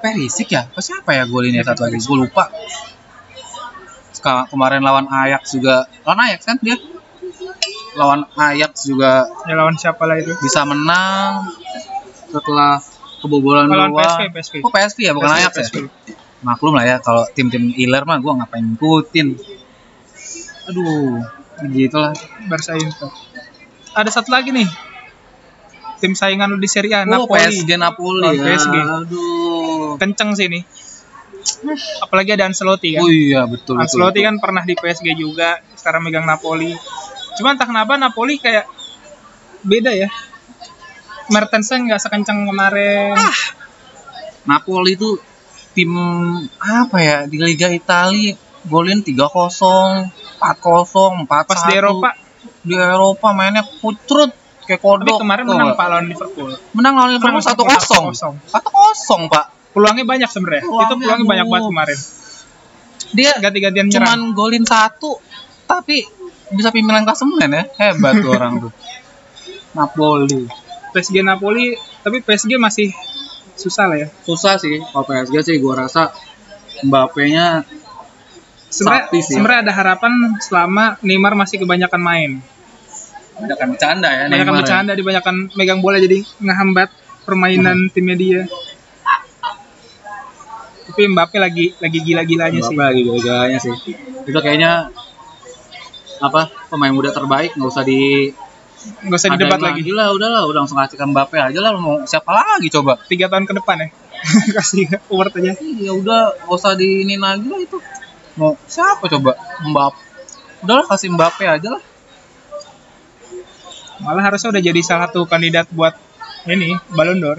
B: Perisik ya apa siapa ya golin ya satu lagi gue lupa Sekarang, kemarin lawan Ajax juga lawan Ajax kan dia lawan Ajax juga
A: Ya lawan siapa lah itu?
B: bisa menang setelah kebobolan
A: Lawan
B: duluan.
A: PSV, PSV.
B: Oh PSV ya bukan Ajax ya?
A: PSV.
B: Maklum lah ya kalau tim-tim iler mah gua ngapain ngikutin. Aduh, begitulah.
A: Barca Inter. Ada satu lagi nih. Tim saingan lu di Serie A,
B: Oh,
A: Kan Napoli.
B: PSG Napoli.
A: Lawan
B: ya.
A: PSG.
B: Aduh.
A: Kenceng sih nih. Apalagi ada Ancelotti kan.
B: Oh iya betul betul.
A: Ancelotti
B: betul.
A: kan pernah di PSG juga, sekarang megang Napoli. Cuman entah kenapa Napoli kayak beda ya. Mertens nggak sekencang kemarin.
B: Ah, Napoli itu tim apa ya di Liga Italia golin 3-0, 4-0, 4-1.
A: pas di Eropa,
B: Di Eropa mainnya kucrut kayak kodok.
A: tapi kemarin
B: tau
A: menang
B: nggak?
A: Pak lawan Liverpool.
B: Menang lawan Liverpool
A: Menang
B: 1-0.
A: 1-0.
B: 1-0, Pak.
A: Peluangnya banyak sebenarnya. Itu
B: Peluangnya,
A: peluangnya banyak
B: aduh.
A: banget kemarin.
B: Dia
A: Ganti-gantian
B: cuman
A: nyerang.
B: golin satu tapi bisa pimpinan klasemen ya hebat tuh orang tuh Napoli
A: PSG Napoli, tapi PSG masih susah lah ya.
B: susah sih kalau PSG sih gua rasa Mbappe-nya
A: Sebenarnya
B: Sakti sih.
A: sebenarnya ada harapan selama Neymar masih kebanyakan main.
B: ada kan bercanda ya
A: Kebanyakan
B: Neymar ya.
A: bercanda, dibanyakan megang bola jadi ngehambat permainan
B: Hmm.
A: timnya dia. Tapi Mbappe lagi lagi gila-gilanya sih.
B: Mbappe lagi gaya sih itu kayaknya apa pemain muda terbaik nggak usah di
A: Nggak usah
B: adain
A: didebat lagi.
B: lah udahlah udah langsung kasih ke Mbappe aja lah lu mau siapa lagi coba
A: Tiga tahun ke depan ya. [LAUGHS] Kasih award aja.
B: ya udah nggak usah diinin lagi lah itu mau siapa coba Mbappe udahlah kasih Mbappe aja lah
A: Malah harusnya udah jadi salah satu kandidat buat ini Ballon d'Or.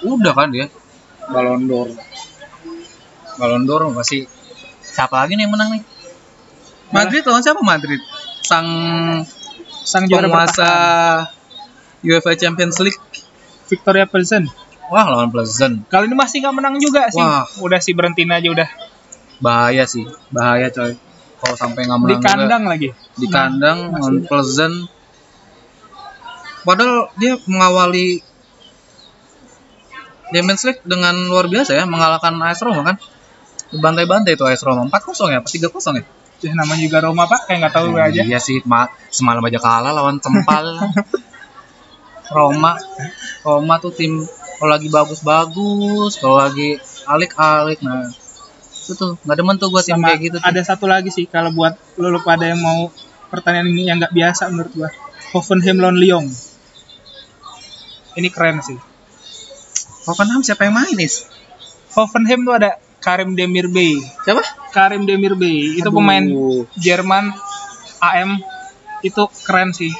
B: udah kan dia Ballon d'Or Ballon d'Or pasti siapa lagi nih yang menang nih Madrid lawan siapa Madrid sang
A: Sang juara
B: penguasa
A: bertahan
B: UEFA Champions League
A: Victoria Pilsen.
B: wah lawan Pleasant
A: Kali ini masih nggak menang juga sih.
B: Wah.
A: Udah sih berhentiin aja udah
B: bahaya sih bahaya coy kalau sampai nggak
A: di
B: menang juga.
A: kandang lagi.
B: di kandang lawan Pleasant padahal dia mengawali Champions League dengan luar biasa ya mengalahkan AS Roma kan bantai-bantai itu AS Roma 4-0 ya apa 3-0 ya
A: Ya, namanya juga Roma Pak, kayak nggak tahu
B: Iya
A: aja.
B: Iya sih, ma- semalam aja kalah lawan
A: [LAUGHS]
B: Tempal. Roma, Roma tuh tim kalau lagi bagus-bagus, kalau lagi alik-alik, nah itu tuh nggak demen tuh gua tim
A: Sama
B: kayak gitu. tuh.
A: ada satu lagi sih kalau buat lu lu pada yang mau pertandingan ini yang nggak biasa menurut gua. Hoffenheim lawan Lyon. Ini keren sih.
B: Hoffenheim siapa yang main Is?
A: Hoffenheim tuh ada Karim Demirbey.
B: Siapa?
A: Karim Demirbey itu
B: Aduh.
A: pemain Jerman AM itu keren sih.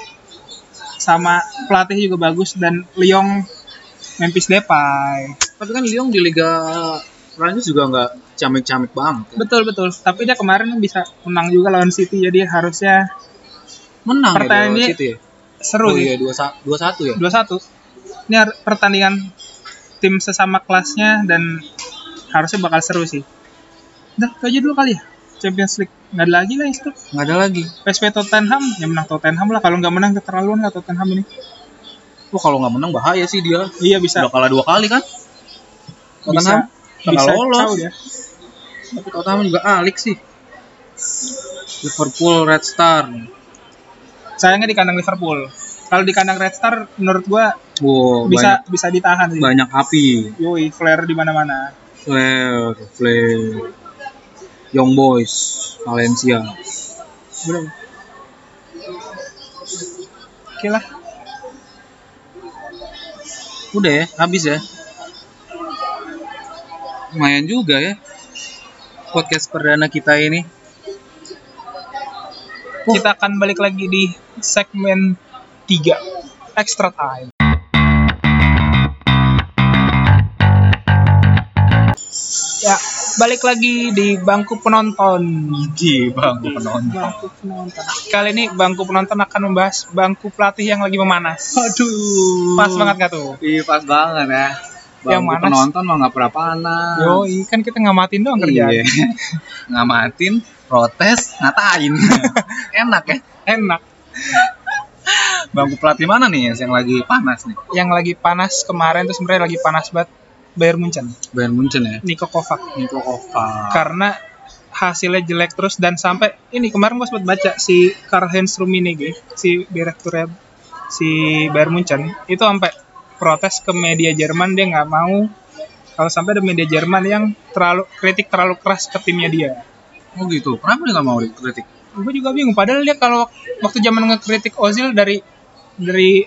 A: Sama pelatih juga bagus dan Lyon Memphis Depay.
B: Tapi kan Lyon di Liga Prancis juga nggak camik-camik banget. ya.
A: Betul betul. Tapi dia kemarin bisa menang juga lawan City jadi harusnya
B: Menang
A: Pertanyaan
B: ya
A: dia-
B: situ ya.
A: seru
B: oh
A: sih.
B: iya dua sa- dua satu ya.
A: 21 ini har- pertandingan tim sesama kelasnya dan harusnya bakal seru sih udah itu aja dulu kali ya Champions League nggak ada lagi lah itu
B: Nggak ada lagi.
A: PSV Tottenham ya menang Tottenham lah kalau nggak menang keterlaluan nggak Tottenham ini
B: Wah Oh, kalau nggak menang bahaya sih dia.
A: iya bisa
B: Udah kalah dua kali kan? Tottenham
A: bisa,
B: bakal
A: bisa
B: lolos.
A: caw dia.
B: Tapi Tottenham juga alik sih. Liverpool Red Star.
A: sayangnya di kandang Liverpool kalau di kandang Red Star menurut gua
B: Wow,
A: bisa bisa ditahan
B: Oh, banyak,
A: sih
B: banyak api.
A: yoi flare di mana-mana
B: Flair, Flair. Young Boys, Valencia.
A: belum oke lah
B: Udah ya, habis ya. Lumayan juga ya. Podcast perdana kita ini. Oh.
A: kita akan balik lagi di segmen 3 extra time ya balik lagi di bangku penonton
B: Gigi bang, penonton.
A: bangku penonton kali ini bangku penonton akan membahas bangku pelatih yang lagi memanas
B: Aduh.
A: pas banget gak tuh
B: Iya, pas banget ya.
A: Yang
B: Bangku
A: mana?
B: penonton mah nggak pernah panas.
A: Yoi, kan kita ngamatin doang kerjaan.
B: Nah. Iya. [LAUGHS] Ngamatin, protes, [LAUGHS] ngatain. Enak ya.
A: Enak.
B: Bangku pelatih mana nih yang lagi panas nih?
A: Yang lagi panas kemarin tuh sebenarnya lagi panas banget Bayern Munchen,
B: Bayern Munchen ya.
A: Niko Kovac.
B: Niko Kovac.
A: Karena hasilnya jelek terus dan sampai ini kemarin gue sempat baca si Karl-Heinz Rummenigge, si direkturnya si Bayern Munchen itu sampai protes ke media Jerman dia nggak mau kalau sampai ada media Jerman yang terlalu kritik terlalu keras ke timnya dia.
B: Oh gitu. Kenapa dia nggak mau dikritik?
A: gue juga bingung padahal dia kalau wak- waktu zaman ngekritik Ozil dari dari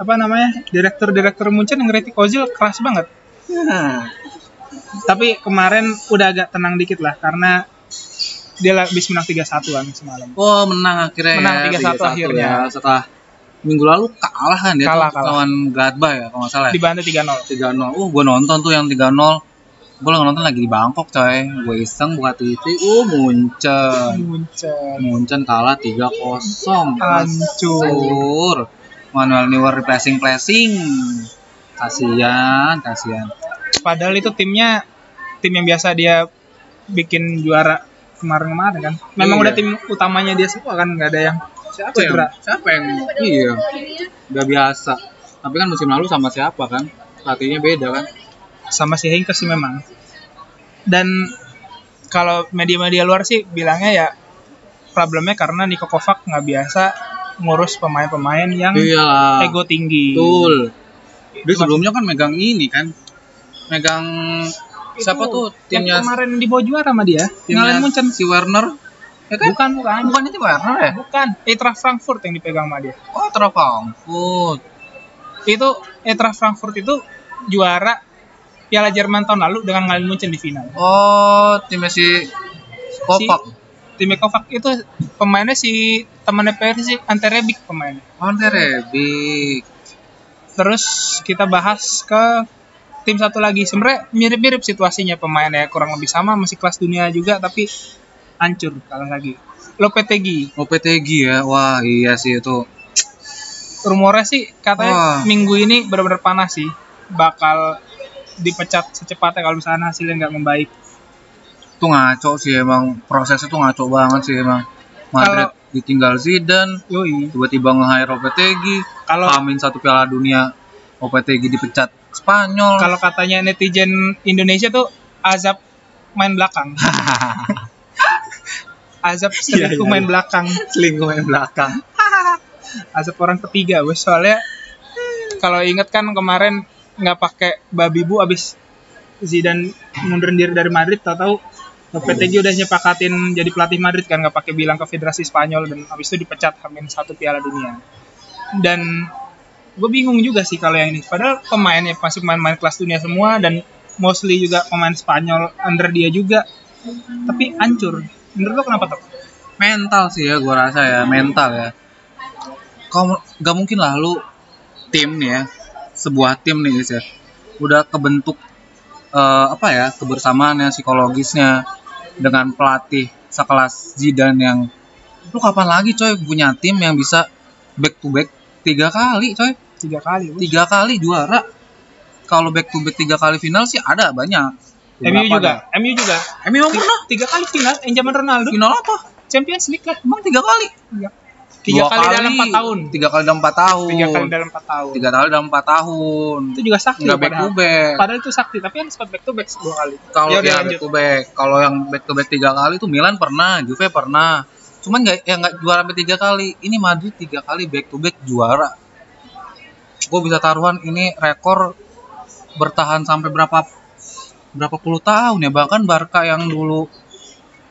A: apa namanya direktur-direktur Munchen ngekritik Ozil keras banget
B: Nah,
A: tapi kemarin udah agak tenang dikit lah karena dia habis menang 3-1 kan semalam
B: Oh menang akhirnya
A: Menang
B: ya,
A: 3-1 akhirnya.
B: ya, setelah minggu lalu kalah kan dia
A: Kalah,
B: tuh
A: kalah.
B: lawan Gladbach ya kalau nggak salah ya?
A: dibantu 3-0
B: 3-0 uh gue nonton tuh yang 3-0 gue nonton lagi di Bangkok coy gue iseng buka TV uh Munchen
A: Munchen
B: Munchen kalah 3-0
A: Hancur.
B: Manuel Neuer replacing placing kasihan kasihan
A: padahal itu timnya tim yang biasa dia bikin juara kemarin-kemarin kan memang
B: Iya.
A: udah tim utamanya dia semua kan nggak ada yang
B: siapa
A: Cedera.
B: yang siapa yang iya udah biasa tapi kan musim lalu sama siapa kan pelatihnya beda kan
A: sama si Henkes sih memang. Dan kalau media-media luar sih bilangnya ya problemnya karena Niko Kovac nggak biasa ngurus pemain-pemain yang
B: iyalah
A: ego Gitu. tinggi.
B: Iya. Betul. Dia sebelumnya kan megang ini kan. Megang
A: Itu
B: siapa tuh
A: yang
B: timnya
A: kemarin dibawa juara sama dia? Ngalahin
B: timnya
A: Munchen.
B: si Werner? Ya kan?
A: Bukan, bukan.
B: Bukan itu Werner ya?
A: Bukan. Eintracht Frankfurt yang dipegang sama dia.
B: Oh, Trafangkut.
A: Itu Eintracht Frankfurt itu juara Piala Jerman tahun lalu dengan ngalahin Munchen di final.
B: Oh, timnya si Kopak. Si...
A: Timnya Kovac itu pemainnya si temannya Perisic, Ante Rebic pemainnya.
B: Ante Rebic.
A: Terus kita bahas ke tim satu lagi. Sebenarnya mirip-mirip situasinya pemainnya kurang lebih sama, masih kelas dunia juga tapi hancur kalah lagi. Lopetegui,
B: OPTG ya. Wah, iya sih itu.
A: rumornya sih katanya
B: Wah.
A: minggu ini benar-benar panas sih. Bakal dipecat secepatnya kalau misalnya hasilnya nggak membaik.
B: Itu ngaco sih emang. Prosesnya tuh ngaco banget sih emang. Madrid ditinggal Zidane,
A: Yoi.
B: tiba-tiba nge-hire OPTG.
A: Kalau
B: Amin satu Piala Dunia OPTG dipecat Spanyol.
A: kalau katanya netizen Indonesia tuh azab main
B: [LAUGHS]
A: belakang. azab selingkuh
B: iya,
A: main
B: iya.
A: belakang.
B: selingkuh [LAUGHS] yang belakang.
A: asap orang ketiga bos soalnya kalau inget kan kemarin nggak pakai babi bu abis Zidane mundurin diri dari Madrid tahu-tahu PTG udah nyepakatin jadi pelatih Madrid kan nggak pakai bilang ke Federasi Spanyol dan abis itu dipecat hamin satu Piala Dunia dan gue bingung juga sih kalau yang ini padahal pemainnya masih pemain-pemain kelas dunia semua dan mostly juga pemain Spanyol under dia juga tapi hancur menurut lo kenapa tuh
B: Mental sih ya, gua rasa ya mental ya. Kau gak mungkin lah lu tim nih ya, sebuah tim nih guys ya, udah kebentuk eh, apa ya kebersamaannya psikologisnya dengan pelatih sekelas Zidane yang lu kapan lagi coy punya tim yang bisa back to back tiga kali coy
A: tiga kali bos.
B: tiga kali juara kalau back to back tiga kali final sih ada banyak
A: MU
B: Berapa dah?
A: juga MU juga
B: MU emang pernah
A: tiga kali final yang zaman Ronaldo
B: final apa
A: Champions League lah
B: emang tiga kali
A: tiga, tiga
B: Dua
A: kali, dalam empat tahun
B: tiga kali dalam empat tahun
A: tiga kali dalam empat tahun
B: Tiga kali dalam empat tahun
A: itu juga sakti
B: nggak back to
A: padahal.
B: back
A: padahal itu sakti tapi kan sempat back to back dua kali
B: kalau
A: Ya udah
B: yang back
A: lanjut
B: to back kalau yang back to back tiga kali tuh Milan pernah Juve pernah cuman nggak ya nggak juara sampai tiga kali ini Madrid tiga kali back to back juara gue bisa taruhan ini rekor bertahan sampai berapa berapa puluh tahun ya bahkan Barca yang dulu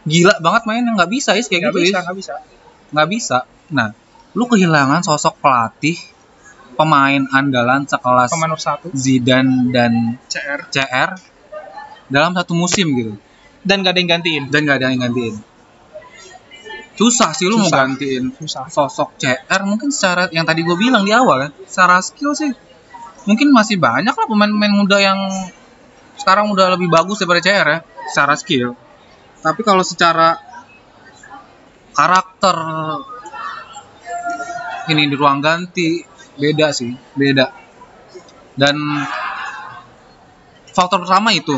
B: gila banget mainnya nggak bisa is kayak
A: nggak
B: gitu Is.
A: bisa nggak bisa
B: nggak bisa. Nah, lu kehilangan sosok pelatih pemain andalan sekelas
A: pemain nomor satu
B: Zidane dan
A: CR
B: CR dalam satu musim gitu
A: dan gak ada yang gantiin
B: dan gak ada yang gantiin. Susah sih lu mau
A: Susah.
B: gantiin
A: susah
B: sosok CR mungkin secara yang tadi gue bilang di awal kan, secara skill sih mungkin masih banyak lah pemain-pemain muda yang sekarang udah lebih bagus daripada CR ya secara skill. Tapi kalau secara karakter ini di ruang ganti beda sih, beda. Dan faktor pertama itu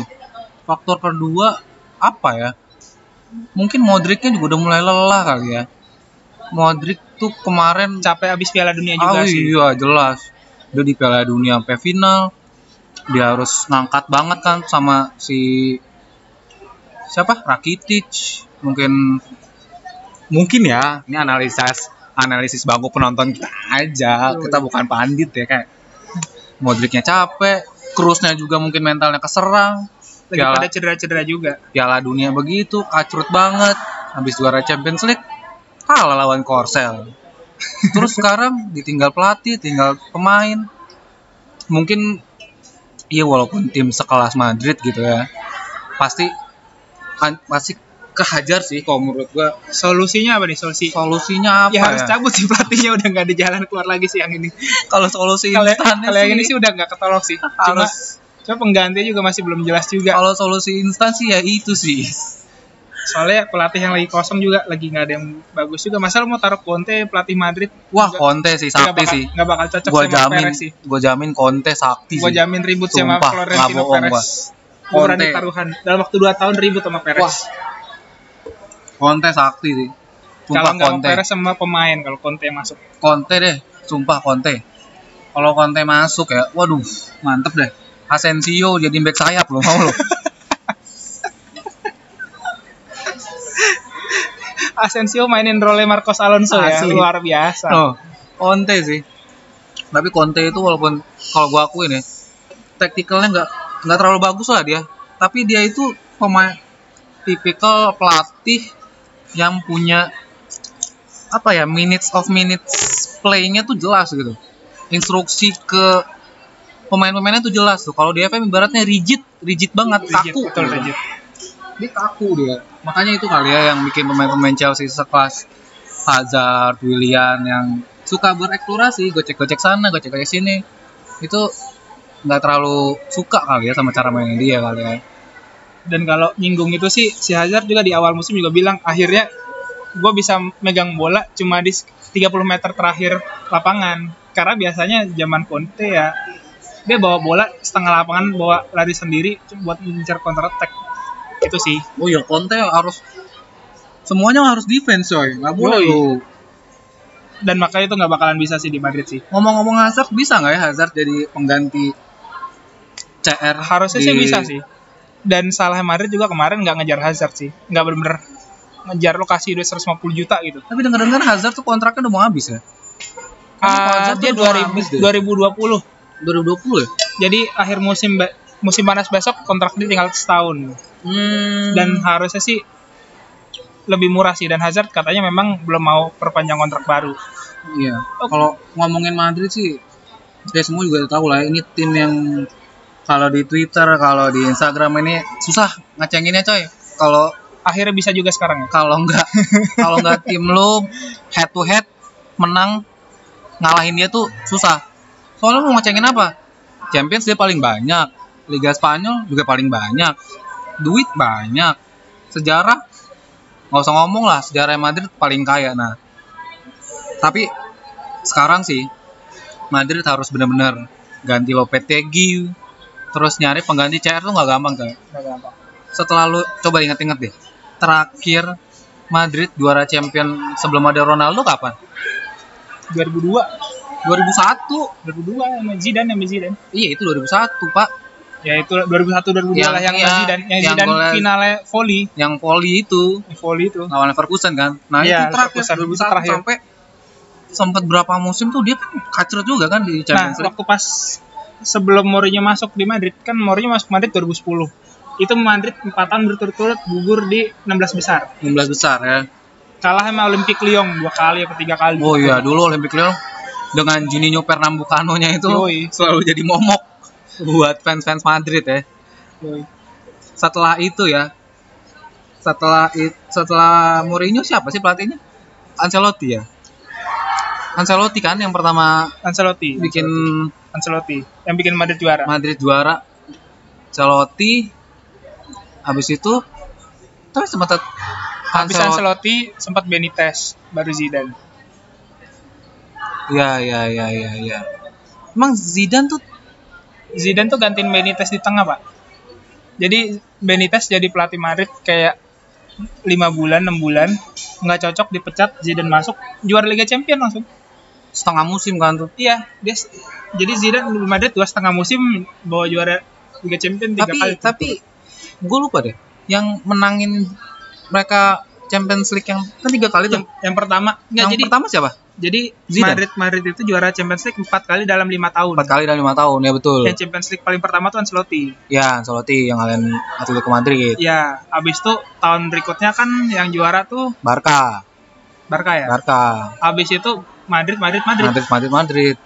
B: faktor kedua apa ya mungkin Modricnya juga udah mulai lelah kali ya Modric tuh kemarin
A: capek abis Piala Dunia
B: Ah,
A: juga sih
B: iya jelas dia di Piala Dunia sampai final dia harus ngangkat banget kan sama si siapa Rakitic mungkin mungkin ya ini analisis analisis bangku penonton kita aja kita bukan pandit ya kayak Modricnya capek Kroosnya juga mungkin mentalnya keserang
A: lagi
B: Piala-
A: pada cedera-cedera juga
B: Piala Dunia begitu, kacrut banget. Habis juara Champions League, kalah lawan Korsel. Terus sekarang ditinggal pelatih, tinggal pemain. Mungkin iya walaupun tim sekelas Madrid gitu ya, pasti an- pasti kehajar sih kalau menurut gua.
A: solusinya apa nih solusi
B: Solusinya apa
A: ya
B: ya?
A: harus cabut sih pelatihnya udah nggak ada jalan keluar lagi sih yang ini
B: Kalau solusi
A: kalau
B: instannya
A: kalau yang ini
B: sih
A: sih udah nggak ketolong sih cuma
B: harus
A: cuma pengganti juga masih belum jelas juga
B: kalau solusi instansi ya itu sih.
A: soalnya pelatih yang lagi kosong juga lagi nggak ada yang bagus juga masa lu mau taruh Conte pelatih Madrid
B: Wah,
A: Nggak-
B: Conte sih
A: nggak
B: sakti
A: Iya, bakal-
B: sih.
A: nggak bakal cocok
B: Gua
A: sama
B: jamin,
A: Perez sih
B: gua jamin Conte sakti
A: gua
B: sih.
A: jamin ribut sama
B: Sumpah,
A: Florentino
B: nggak bohong
A: Perez
B: gua.
A: Gua berani
B: Conte.
A: taruhan dalam waktu 2 tahun ribut sama Perez
B: Wah, Conte sakti sih.
A: kalau
B: Sumpah
A: nggak sama
B: Conte.
A: Perez sama pemain kalau Conte masuk
B: Conte deh, sumpah Conte. Kalau Conte masuk ya, waduh, mantep deh. Asensio jadi back sayap lo mau lo.
A: Asensio mainin role Marcos Alonso ya
B: Asli. Oh.
A: luar biasa
B: Tuh, Conte sih. Tapi Conte itu walaupun kalau gua akuin ya, taktikalnya nggak nggak terlalu bagus lah dia. Tapi dia itu pemain tipikal pelatih yang punya apa ya minutes of minutes playnya tuh jelas gitu. Instruksi ke pemain-pemainnya tuh jelas tuh. Kalau di FM ibaratnya rigid, rigid banget,
A: Rigid,
B: kaku.
A: betul
B: gitu.
A: rigid.
B: Dia kaku dia. Makanya itu kali ya yang bikin pemain-pemain Chelsea sekelas Hazard, Willian yang suka bereksplorasi, gocek-gocek sana, gocek-gocek sini. Itu nggak terlalu suka kali ya sama cara mainnya dia kali ya.
A: dan kalau nyinggung itu sih si Hazard juga di awal musim juga bilang akhirnya gue bisa megang bola cuma di 30 meter terakhir lapangan karena biasanya zaman Conte ya dia bawa bola setengah lapangan bawa lari sendiri buat mengincar counter attack itu sih
B: Oh ya Conte harus semuanya harus defense coy, nggak boleh
A: Yoi.
B: lu.
A: dan makanya itu nggak bakalan bisa sih di Madrid sih
B: Ngomong-ngomong Hazard bisa nggak ya Hazard jadi pengganti CR
A: harusnya
B: di-
A: sih bisa sih dan salah Madrid juga kemarin nggak ngejar Hazard sih nggak bener-bener ngejar lokasi udah 150 juta gitu
B: Tapi denger-dengar Hazard tuh kontraknya udah mau habis ya.
A: Ah,
B: Hazard
A: dia
B: tuh udah
A: 2000,
B: habis deh.
A: 2020
B: 2020 ya?
A: Jadi akhir musim ba- musim panas besok kontrak dia tinggal setahun
B: Hmm.
A: dan harusnya sih lebih murah sih dan Hazard katanya memang belum mau perpanjang kontrak baru.
B: Iya. Kalau ngomongin Madrid sih, kita semua juga tahu lah. Ini tim yang kalau di Twitter, kalau di Instagram ini susah ngecenginnya coy. Kalau
A: Akhirnya bisa juga sekarang ya.
B: kalau nggak kalau nggak tim lu head to head menang ngalahin dia tuh susah. Soalnya mau ngecengin apa? Champions dia paling banyak, Liga Spanyol juga paling banyak, duit banyak, sejarah nggak usah ngomong lah sejarah Madrid paling kaya. Nah, tapi sekarang sih Madrid harus benar-benar ganti Lopetegui, terus nyari pengganti CR tuh nggak gampang kan?
A: Nggak gampang.
B: setelah lu coba inget-inget deh terakhir Madrid juara champion sebelum ada Ronaldo kapan?
A: 2002,
B: 2001
A: 2002 sama Zidane sama Zidane.
B: iya itu 2001 pak
A: Ya itu 2001 2002 lah yang sama
B: Yang- iya,
A: Zidane, yang,
B: yang
A: Zidane
B: golnya-
A: finalnya volley,
B: yang volley itu
A: volley itu.
B: lawan Leverkusen kan nah
A: Iya,
B: itu terakhir
A: Leverkusen, itu
B: 2001
A: terakhir.
B: sampai sempat berapa musim tuh dia kan kacrut juga kan
A: Nah,
B: di Champions League
A: waktu pas sebelum Mourinho masuk di Madrid kan Mourinho masuk Madrid 2010. Itu Madrid 4 tahun berturut-turut gugur di 16 besar.
B: 16 besar ya
A: kalah sama Olympic Lyon dua kali apa tiga kali
B: oh iya dulu Olympic Lyon dengan Juninho Pernambucano nya itu
A: Yoi.
B: selalu jadi momok buat fans-fans Madrid ya
A: Yoi.
B: setelah itu ya setelah it- setelah Mourinho siapa sih pelatihnya Ancelotti ya Ancelotti kan yang pertama
A: Ancelotti
B: bikin
A: Ancelotti yang bikin Madrid juara
B: Madrid juara Ancelotti habis itu tapi sempat
A: habis
B: Ancelotti
A: Ancelotti sempat Benitez baru Zidane
B: ya ya ya ya ya emang Zidane tuh
A: Zidane tuh gantiin Benitez di tengah pak Jadi Benitez jadi pelatih Madrid kayak 5 bulan, 6 bulan nggak cocok dipecat, Zidane masuk juara Liga Champion langsung.
B: Setengah musim kan tuh.
A: Iya, dia s- jadi Zidane di Madrid dua setengah musim bawa juara Liga Champion tiga
B: tapi
A: kali.
B: tapi gue lupa deh. Yang menangin mereka Champions League yang kan tiga kali
A: yang,
B: tuh.
A: yang pertama Iya. nggak
B: yang
A: jadi
B: pertama siapa?
A: jadi
B: Zidane.
A: Madrid Madrid itu juara Champions League empat kali dalam lima tahun.
B: Empat kali dan lima tahun ya betul.
A: Yang Champions League paling pertama tuh Ancelotti.
B: Ya, Ancelotti yang kalian Atletico Madrid,
A: Ya, abis itu tahun berikutnya kan yang juara tuh
B: Barca,
A: Barca ya.
B: Barca,
A: Abis itu Madrid, Madrid, Madrid.
B: Madrid, Madrid, Madrid.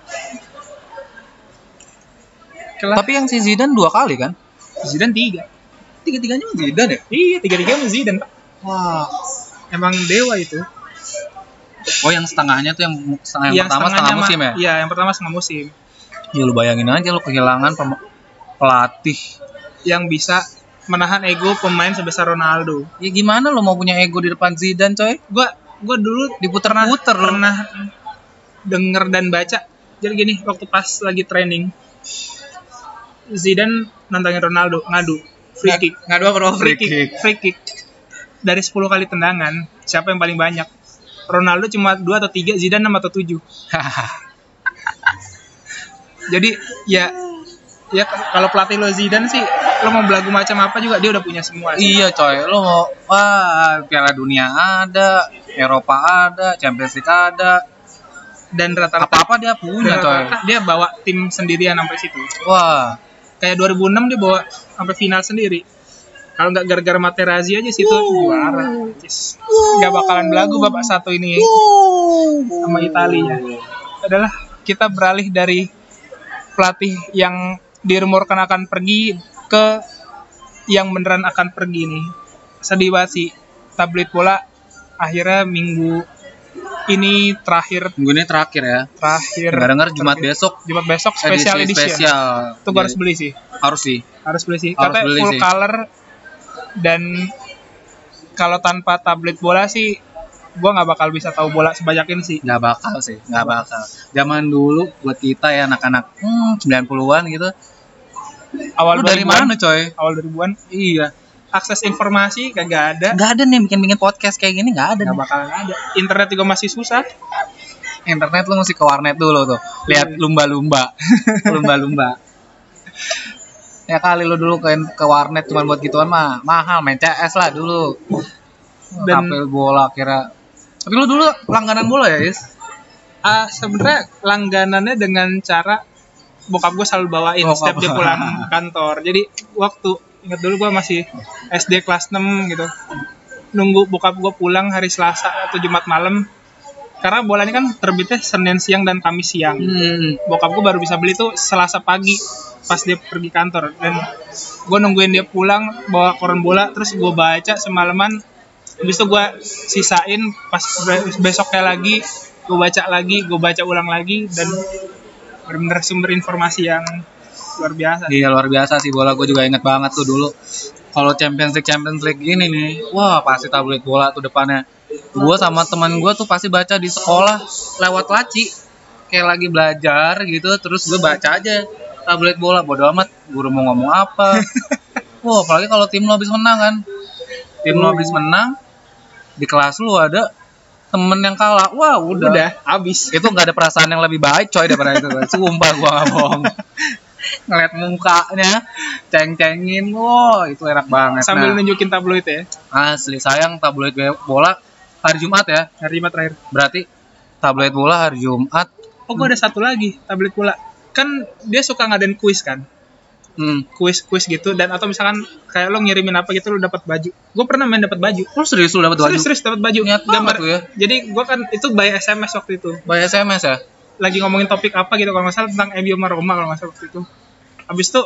A: Kelar.
B: Tapi yang si Zidane dua kali kan?
A: Zidane tiga.
B: Tiga-tiganya sama Zidane ya?
A: Iya, tiga-tiga sama Zidane. Pak.
B: Wah.
A: Emang dewa itu.
B: Oh, yang setengahnya tuh yang setengah Nah, yang, pertama
A: setengahnya
B: setengah
A: mah-
B: musim ya?
A: Iya, yang pertama setengah musim.
B: Ya lu bayangin aja lu kehilangan pem- pelatih.
A: Yang bisa menahan ego pemain sebesar Ronaldo.
B: Ya gimana lu mau punya ego di depan Zidane, coy?
A: Gua gua dulu
B: Diputer-puter lu.
A: pernah denger dan baca. Jadi gini, waktu pas lagi training Zidane nantangin Ronaldo ngadu free kick.
B: Ngadu apa bro?
A: free kick, free kick. Dari 10 kali tendangan, siapa yang paling banyak? Ronaldo cuma 2 atau 3, Zidane 6 atau [LAUGHS] 7. Jadi ya ya kalau pelatih lo Zidane sih lo mau belagu macam apa juga dia udah punya semua sih.
B: Iya coy, lu mau wah Piala Dunia ada, Eropa ada, Champions League ada,
A: Dan rata-rata
B: apa-apa dia punya coy.
A: rata-rata dia bawa tim sendirian sampai situ.
B: Wah,
A: Kayak 2006 dia bawa sampai final sendiri. Kalau nggak gara-gara Materazzi aja situ juara. Cis. Nggak bakalan belagu babak satu ini sama Italia adalah kita beralih dari pelatih yang dirumorkan akan pergi ke yang beneran akan pergi nih sedih banget sih tabloid bola akhirnya minggu ini terakhir
B: Minggu ini terakhir ya.
A: terakhir
B: Dengar dengar Jumat
A: terakhir.
B: besok
A: Jumat besok
B: edisi
A: special edition
B: spesial.
A: itu gue harus
B: Jadi,
A: beli sih
B: harus sih.
A: harus beli sih
B: Iya, Harus
A: katanya
B: beli
A: full
B: sih.
A: color dan kalau tanpa tablet bola sih gue nggak bakal bisa tahu bola sebanyak ini sih
B: Nggak bakal sih, nggak bakal. Zaman dulu buat kita ya anak-anak hmm, 90-an gitu.
A: awal
B: Lu dari
A: 2000-an,
B: mana, coy?
A: awal 2000-an
B: Iya.
A: akses informasi kagak ada
B: Nggak ada nih bikin-bikin podcast kayak gini nggak ada.
A: nggak
B: nih.
A: bakalan ada internet juga masih susah
B: Internet lu mesti ke warnet dulu tuh. Lihat
A: [LAUGHS]
B: lumba-lumba. lumba-lumba. Ya kali lu dulu ke, ke warnet cuma buat gituan mah mahal main CS lah dulu.
A: Dan-
B: Dan bola kira. Tapi lu dulu langganan bola ya, Is?
A: Ah, sebenarnya langganannya dengan cara bokap gue selalu bawain
B: Bokap.
A: setiap dia pulang kantor jadi waktu ingat dulu gue masih SD kelas 6 gitu nunggu bokap gue pulang hari Selasa atau Jumat malam karena bolanya kan terbitnya Senin siang dan Kamis siang
B: Hmm.
A: bokap gue baru bisa beli tuh Selasa pagi pas dia pergi kantor dan gue nungguin dia pulang bawa koran bola terus gue baca semalaman habis itu gue sisain pas be- besoknya lagi gue baca lagi gue baca ulang lagi dan benar-benar sumber informasi yang luar biasa
B: Iya luar biasa sih bola gue juga inget banget tuh dulu. Kalau Champions League Champions League gini nih, wah pasti tabloid bola tuh depannya. Gue sama teman gue tuh pasti baca di sekolah lewat laci, kayak lagi belajar gitu, terus gue baca aja tabloid bola. Bodoh amat, guru mau ngomong
A: [LAUGHS]
B: apa. wah apalagi kalau tim lo habis menang kan, tim lo
A: Hmm.
B: habis menang, di kelas lu ada temen yang kalah, wah udah.
A: udah habis
B: Itu nggak ada perasaan yang lebih baik coy daripada itu. coy. Sumpah gua nggak bohong ngeliat mukanya ceng-cengin wow itu enak banget
A: sambil
B: Nah,
A: nunjukin tabloid ya
B: asli sayang tabloid be- bola hari Jumat ya
A: hari Jumat terakhir
B: berarti tabloid bola hari Jumat
A: oh gue ada satu lagi tabloid bola kan dia suka ngadain kuis kan
B: hmm.
A: kuis-kuis gitu dan atau misalkan kayak lo ngirimin apa gitu lo dapat baju. Gue pernah main dapat baju.
B: lu serius lu dapat baju
A: Serius serius dapat baju.
B: Niat banget tuh ya.
A: Jadi gue kan itu by SMS waktu itu.
B: by SMS ya
A: Lagi ngomongin topik apa gitu kalau nggak salah tentang MU sama Roma kalau nggak salah waktu itu. Habis itu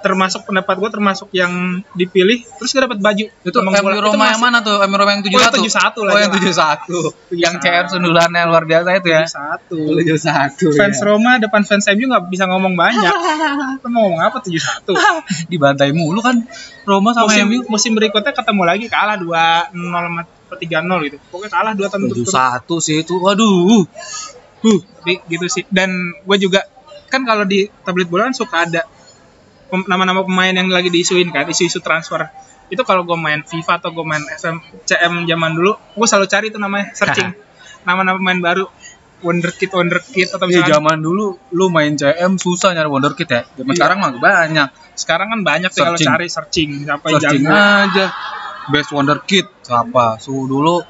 A: termasuk pendapat gue termasuk yang dipilih terus gue dapat baju
B: itu
A: Sama bola.
B: MU Roma yang
A: masuk
B: mana tuh MU Roma yang
A: 71 lah,
B: 71 oh yang
A: jelas.
B: 71 yang
A: 71.
B: CR sundulannya luar biasa itu ya
A: satu
B: 71
A: fans
B: ya.
A: Roma depan fans MU nggak bisa ngomong
B: [LAUGHS]
A: banyak lo mau ngomong apa 71
B: dibantai mulu kan Roma sama
A: musim,
B: MU
A: musim berikutnya ketemu lagi kalah 2-0 sama 3-0 gitu pokoknya kalah 2 tahun berturut-turut.
B: 71 sih itu waduh
A: Tapi gitu sih. Dan gue juga kan kalau di tablet bola kan suka ada pem- nama-nama pemain yang lagi diisuin kan isu-isu transfer itu kalau gue main FIFA atau gue main SM, CM zaman dulu gue selalu cari itu
B: [LAUGHS]
A: namanya searching nama-nama pemain baru wonderkid wonderkid atau
B: Iya,
A: misalnya
B: zaman dulu lu main CM susah nyari wonderkid ya. Zaman
A: Iya.
B: sekarang mah banyak.
A: sekarang kan banyak tuh kalau
B: Searching.
A: cari searching siapa yang
B: Searching Ah.
A: jago
B: aja. Best wonderkid siapa? Su dulu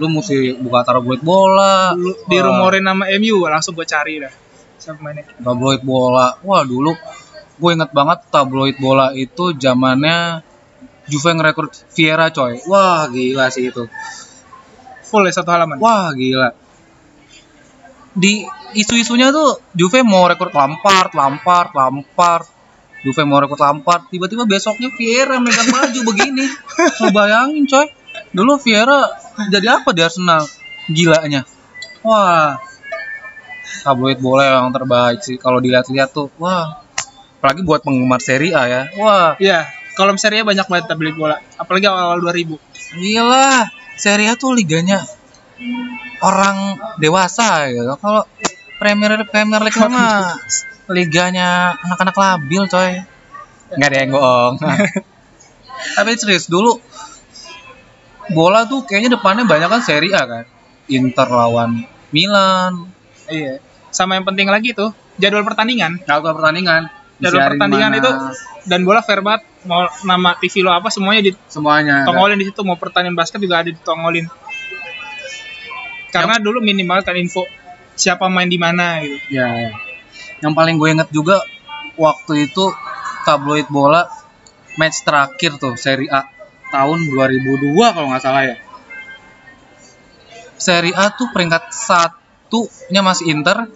B: lu mesti buka tabloid bola,
A: dulu
B: Wah,
A: dirumorin nama MU langsung gue cari dah siapa mainnya
B: tabloid bola. Wah, dulu gue inget banget tabloid bola itu zamannya Juve ngerekrut Vieira coy. Wah, gila sih itu.
A: full ya satu halaman
B: Wah gila. Di isu-isunya tuh Juve mau rekrut Lampard, Lampard, Lampard. Juve mau rekrut Lampard, tiba-tiba besoknya Vieira megang baju begini. Lu bayangin coy. Dulu Vieira jadi apa di Arsenal? Gilanya. Wah. Tabloid bola yang terbaik sih kalau dilihat-lihat tuh. Wah. Apalagi buat penggemar Serie A ya. Wah,
A: Iya, kolom serinya banyak banget tabloid bola, apalagi awal-awal 2000.
B: Gila, Serie A tuh liganya orang dewasa gitu. Kalau Premier League Premier League [LAUGHS] mah liganya anak-anak labil coy. Nggak ada yang bohong. [LAUGHS] Tapi serius dulu bola tuh kayaknya depannya banyak kan Serie A kan. Inter lawan Milan,
A: Iya. Sama yang penting lagi tuh, jadwal pertandingan.
B: jadwal pertandingan,
A: Jadwal
B: disiarin
A: pertandingan
B: mana,
A: itu dan bola fair banget. Mau nama TV lo apa semuanya
B: semuanya. kan? ada.
A: ditongolin di situ. Mau pertandingan basket juga ada ditongolin. Karena dulu minimal kan info siapa main di mana gitu.
B: Ya, ya. Yang paling gue inget juga waktu itu tabloid bola match terakhir tuh Serie A tahun 2002 kalau nggak salah ya. Serie A tuh peringkat satunya masih Inter,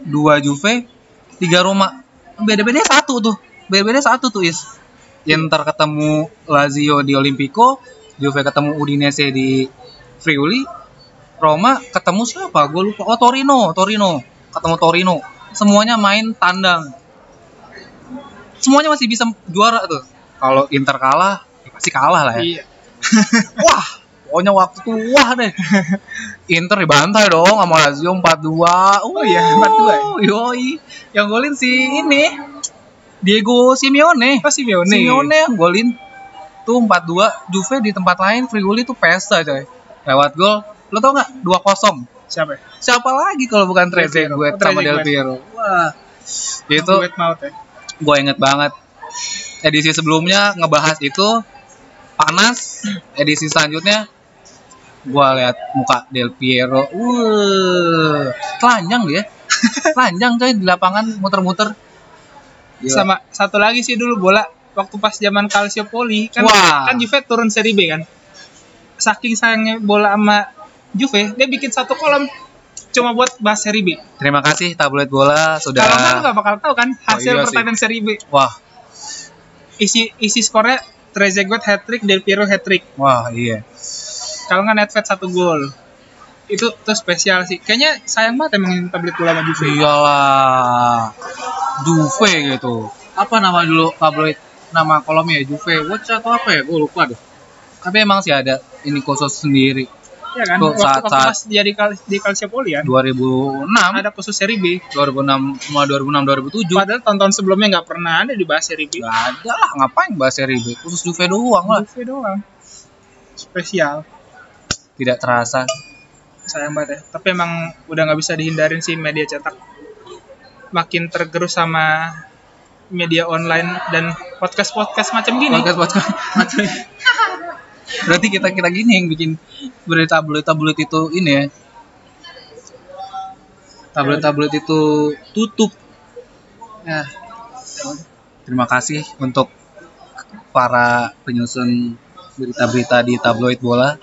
B: dua Juve, tiga Roma. Beda-bedanya satu tuh, beda-bedanya satu tuh is. Inter ketemu Lazio di Olimpico, Juve ketemu Udinese di Friuli, Roma ketemu siapa? Gue lupa. Oh Torino, Torino. Ketemu Torino. Semuanya main tandang. Semuanya masih bisa juara tuh. Kalau Inter kalah, ya pasti kalah lah ya.
A: Iya.
B: Wah, pokoknya waktu tuh wah deh. [LAUGHS] Inter dibantai dong sama Lazio 4-2.
A: Oh iya, 4-2
B: ya. Yoi. Yang golin si ini Diego Simeone.
A: Apa sih Bione?
B: Simeone yang golin tuh 4-2 Juve di tempat lain Friuli tuh pesta coy lewat gol lo tau nggak 2-0
A: Siapa? ya?
B: siapa lagi kalau bukan Trezeguet
A: Oh,
B: sama
A: Trezeguet.
B: Del Piero wah itu
A: Wet Mouth ya.
B: gue inget banget edisi sebelumnya ngebahas itu panas edisi selanjutnya gue lihat muka Del Piero wuh telanjang dia [LAUGHS] telanjang coy di lapangan muter-muter Gila.
A: Sama satu lagi sih dulu bola waktu pas zaman Calciopoli kan
B: Wah.
A: kan Juve turun seri B kan. Saking sayangnya bola sama Juve, dia bikin satu kolom cuma buat bahas seri B.
B: terima kasih tabloid bola sudah
A: Kalau enggak lu nggak bakal tahu kan hasil
B: iya sih.
A: pertandingan seri B.
B: Wah,
A: Isi isi skornya Trezeguet hat trick, Del Piero hat trick.
B: wah iya.
A: Kalau nggak Nedved satu gol. Itu tuh spesial sih. Kayaknya sayang banget emang tablet bola sama
B: Iya.
A: Juve.
B: Iyalah. Juve gitu. Apa nama dulu tabloid nama kolomnya ya, Juve Watch atau apa ya? Gue lupa deh. Tapi emang sih ada ini khusus sendiri
A: Ya kan?
B: Tuh,
A: Waktu,
B: saat-
A: waktu
B: saat-
A: pas dia di, Cal- di Calciopoli kan,
B: 2006,
A: ada khusus seri B.
B: 2006 semua 2006 2007.
A: Padahal tahun-tahun sebelumnya nggak pernah ada dibahas seri B.
B: Gak ada lah, ngapain bahas seri B? Khusus Juve doang lah.
A: Juve doang. Spesial.
B: Tidak terasa.
A: sayang banget ya. Tapi emang udah nggak bisa dihindarin sih media cetak. Makin tergerus sama media online dan podcast-podcast macam gini.
B: Podcast podcast. Berarti kita kita gini yang bikin berita tabloid tabloid itu ini ya. Tabloid tabloid itu tutup. Ya. Terima kasih untuk para penyusun berita-berita di tabloid bola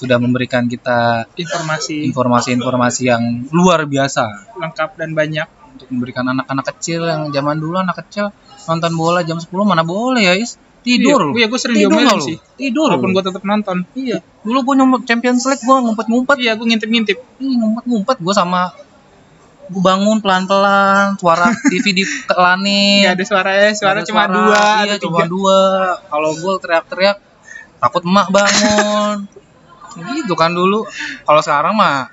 B: sudah memberikan kita
A: Informasi
B: informasi-informasi yang luar biasa
A: lengkap dan banyak.
B: untuk memberikan anak-anak kecil yang zaman dulu anak kecil nonton bola jam 10 mana boleh ya is tidur lu.
A: Iya, iya, gua sering
B: tidur
A: diomelin
B: nggak lu?
A: sih.
B: tidur
A: Walaupun
B: lu.
A: gue tetap nonton. Iya.
B: dulu gue nyumpet Champions League gue ngumpet-ngumpet
A: Iya, gue ngintip-ngintip.
B: Ih, ngumpet-ngumpet gue sama gue bangun pelan-pelan
A: [LAUGHS]
B: suara TV
A: Nggak
B: ditelanin
A: ada suaranya, suara
B: Iya. Ada
A: cuma dua
B: iya,
A: atau
B: cuma
A: tiga.
B: dua kalau gue teriak-teriak takut emak
A: [LAUGHS]
B: bangun gitu kan dulu kalau sekarang mah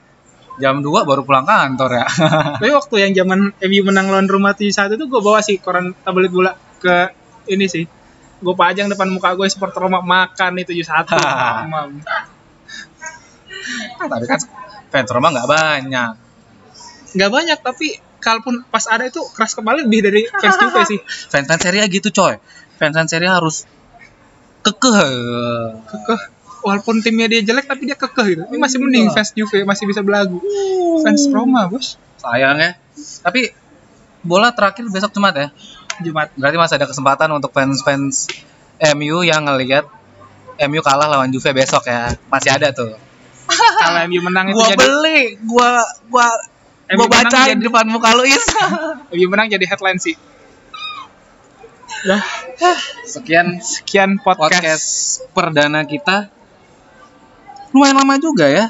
B: jam 2 baru pulang kantor ya [LAUGHS]
A: Tapi waktu yang zaman MU menang lawan Rumah T1 itu gue bawa sih koran tablet bola. ke ini sih gue pajang depan muka gue supporter Roma makan itu just
B: [LAUGHS]
A: satu Mamam.
B: Ah, tapi kan fans Roma nggak banyak.
A: nggak banyak tapi kalaupun pas ada itu keras kepala lebih dari fans Juve sih
B: Fans fans Serie A gitu coy. Fans fans Serie A harus kekeh.
A: kekeh walaupun timnya dia jelek tapi dia kekeh gitu ini masih mending fans Juve masih bisa belagu fans Roma bos
B: Sayang ya. Tapi bola terakhir besok Jumat ya.
A: Jumat
B: Berarti masih ada kesempatan untuk fans fans MU yang ngelihat MU kalah lawan Juve besok ya. Masih ada tuh.
A: kalau MU menang itu
B: Gua
A: jadi
B: beli, gua gua
A: MU
B: gua
A: menang
B: bacain
A: jadi-
B: depan muka
A: [LAUGHS]
B: lu Is.
A: MU menang jadi headline sih Dah,
B: Sekian
A: sekian podcast.
B: podcast perdana kita lumayan lama juga ya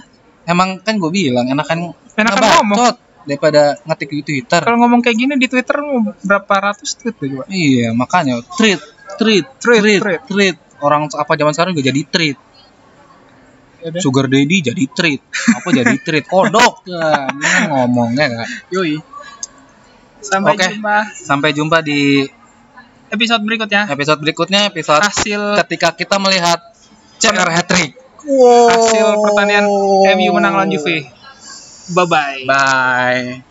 B: emang kan gue bilang enakan
A: Enakan
B: ngebacot
A: ngomong.
B: daripada ngetik di twitter
A: Kalau ngomong kayak gini di Twitter mau berapa ratus tweet deh coba.
B: iya makanya tweet
A: Tweet,
B: tweet tweet tweet,
A: tweet.
B: orang apa zaman sekarang juga jadi tweet
A: Yaudah.
B: sugar daddy jadi treat apa jadi treat
A: [LAUGHS]
B: kodok ya, ini ngomongnya kan
A: Yoi. Sampai
B: Oke.
A: jumpa
B: sampai jumpa di
A: episode berikutnya.
B: episode berikutnya episode
A: Hasil
B: ketika kita melihat CR hat trick
A: hasil pertanian MU menang lawan Juve. Bye bye.
B: bye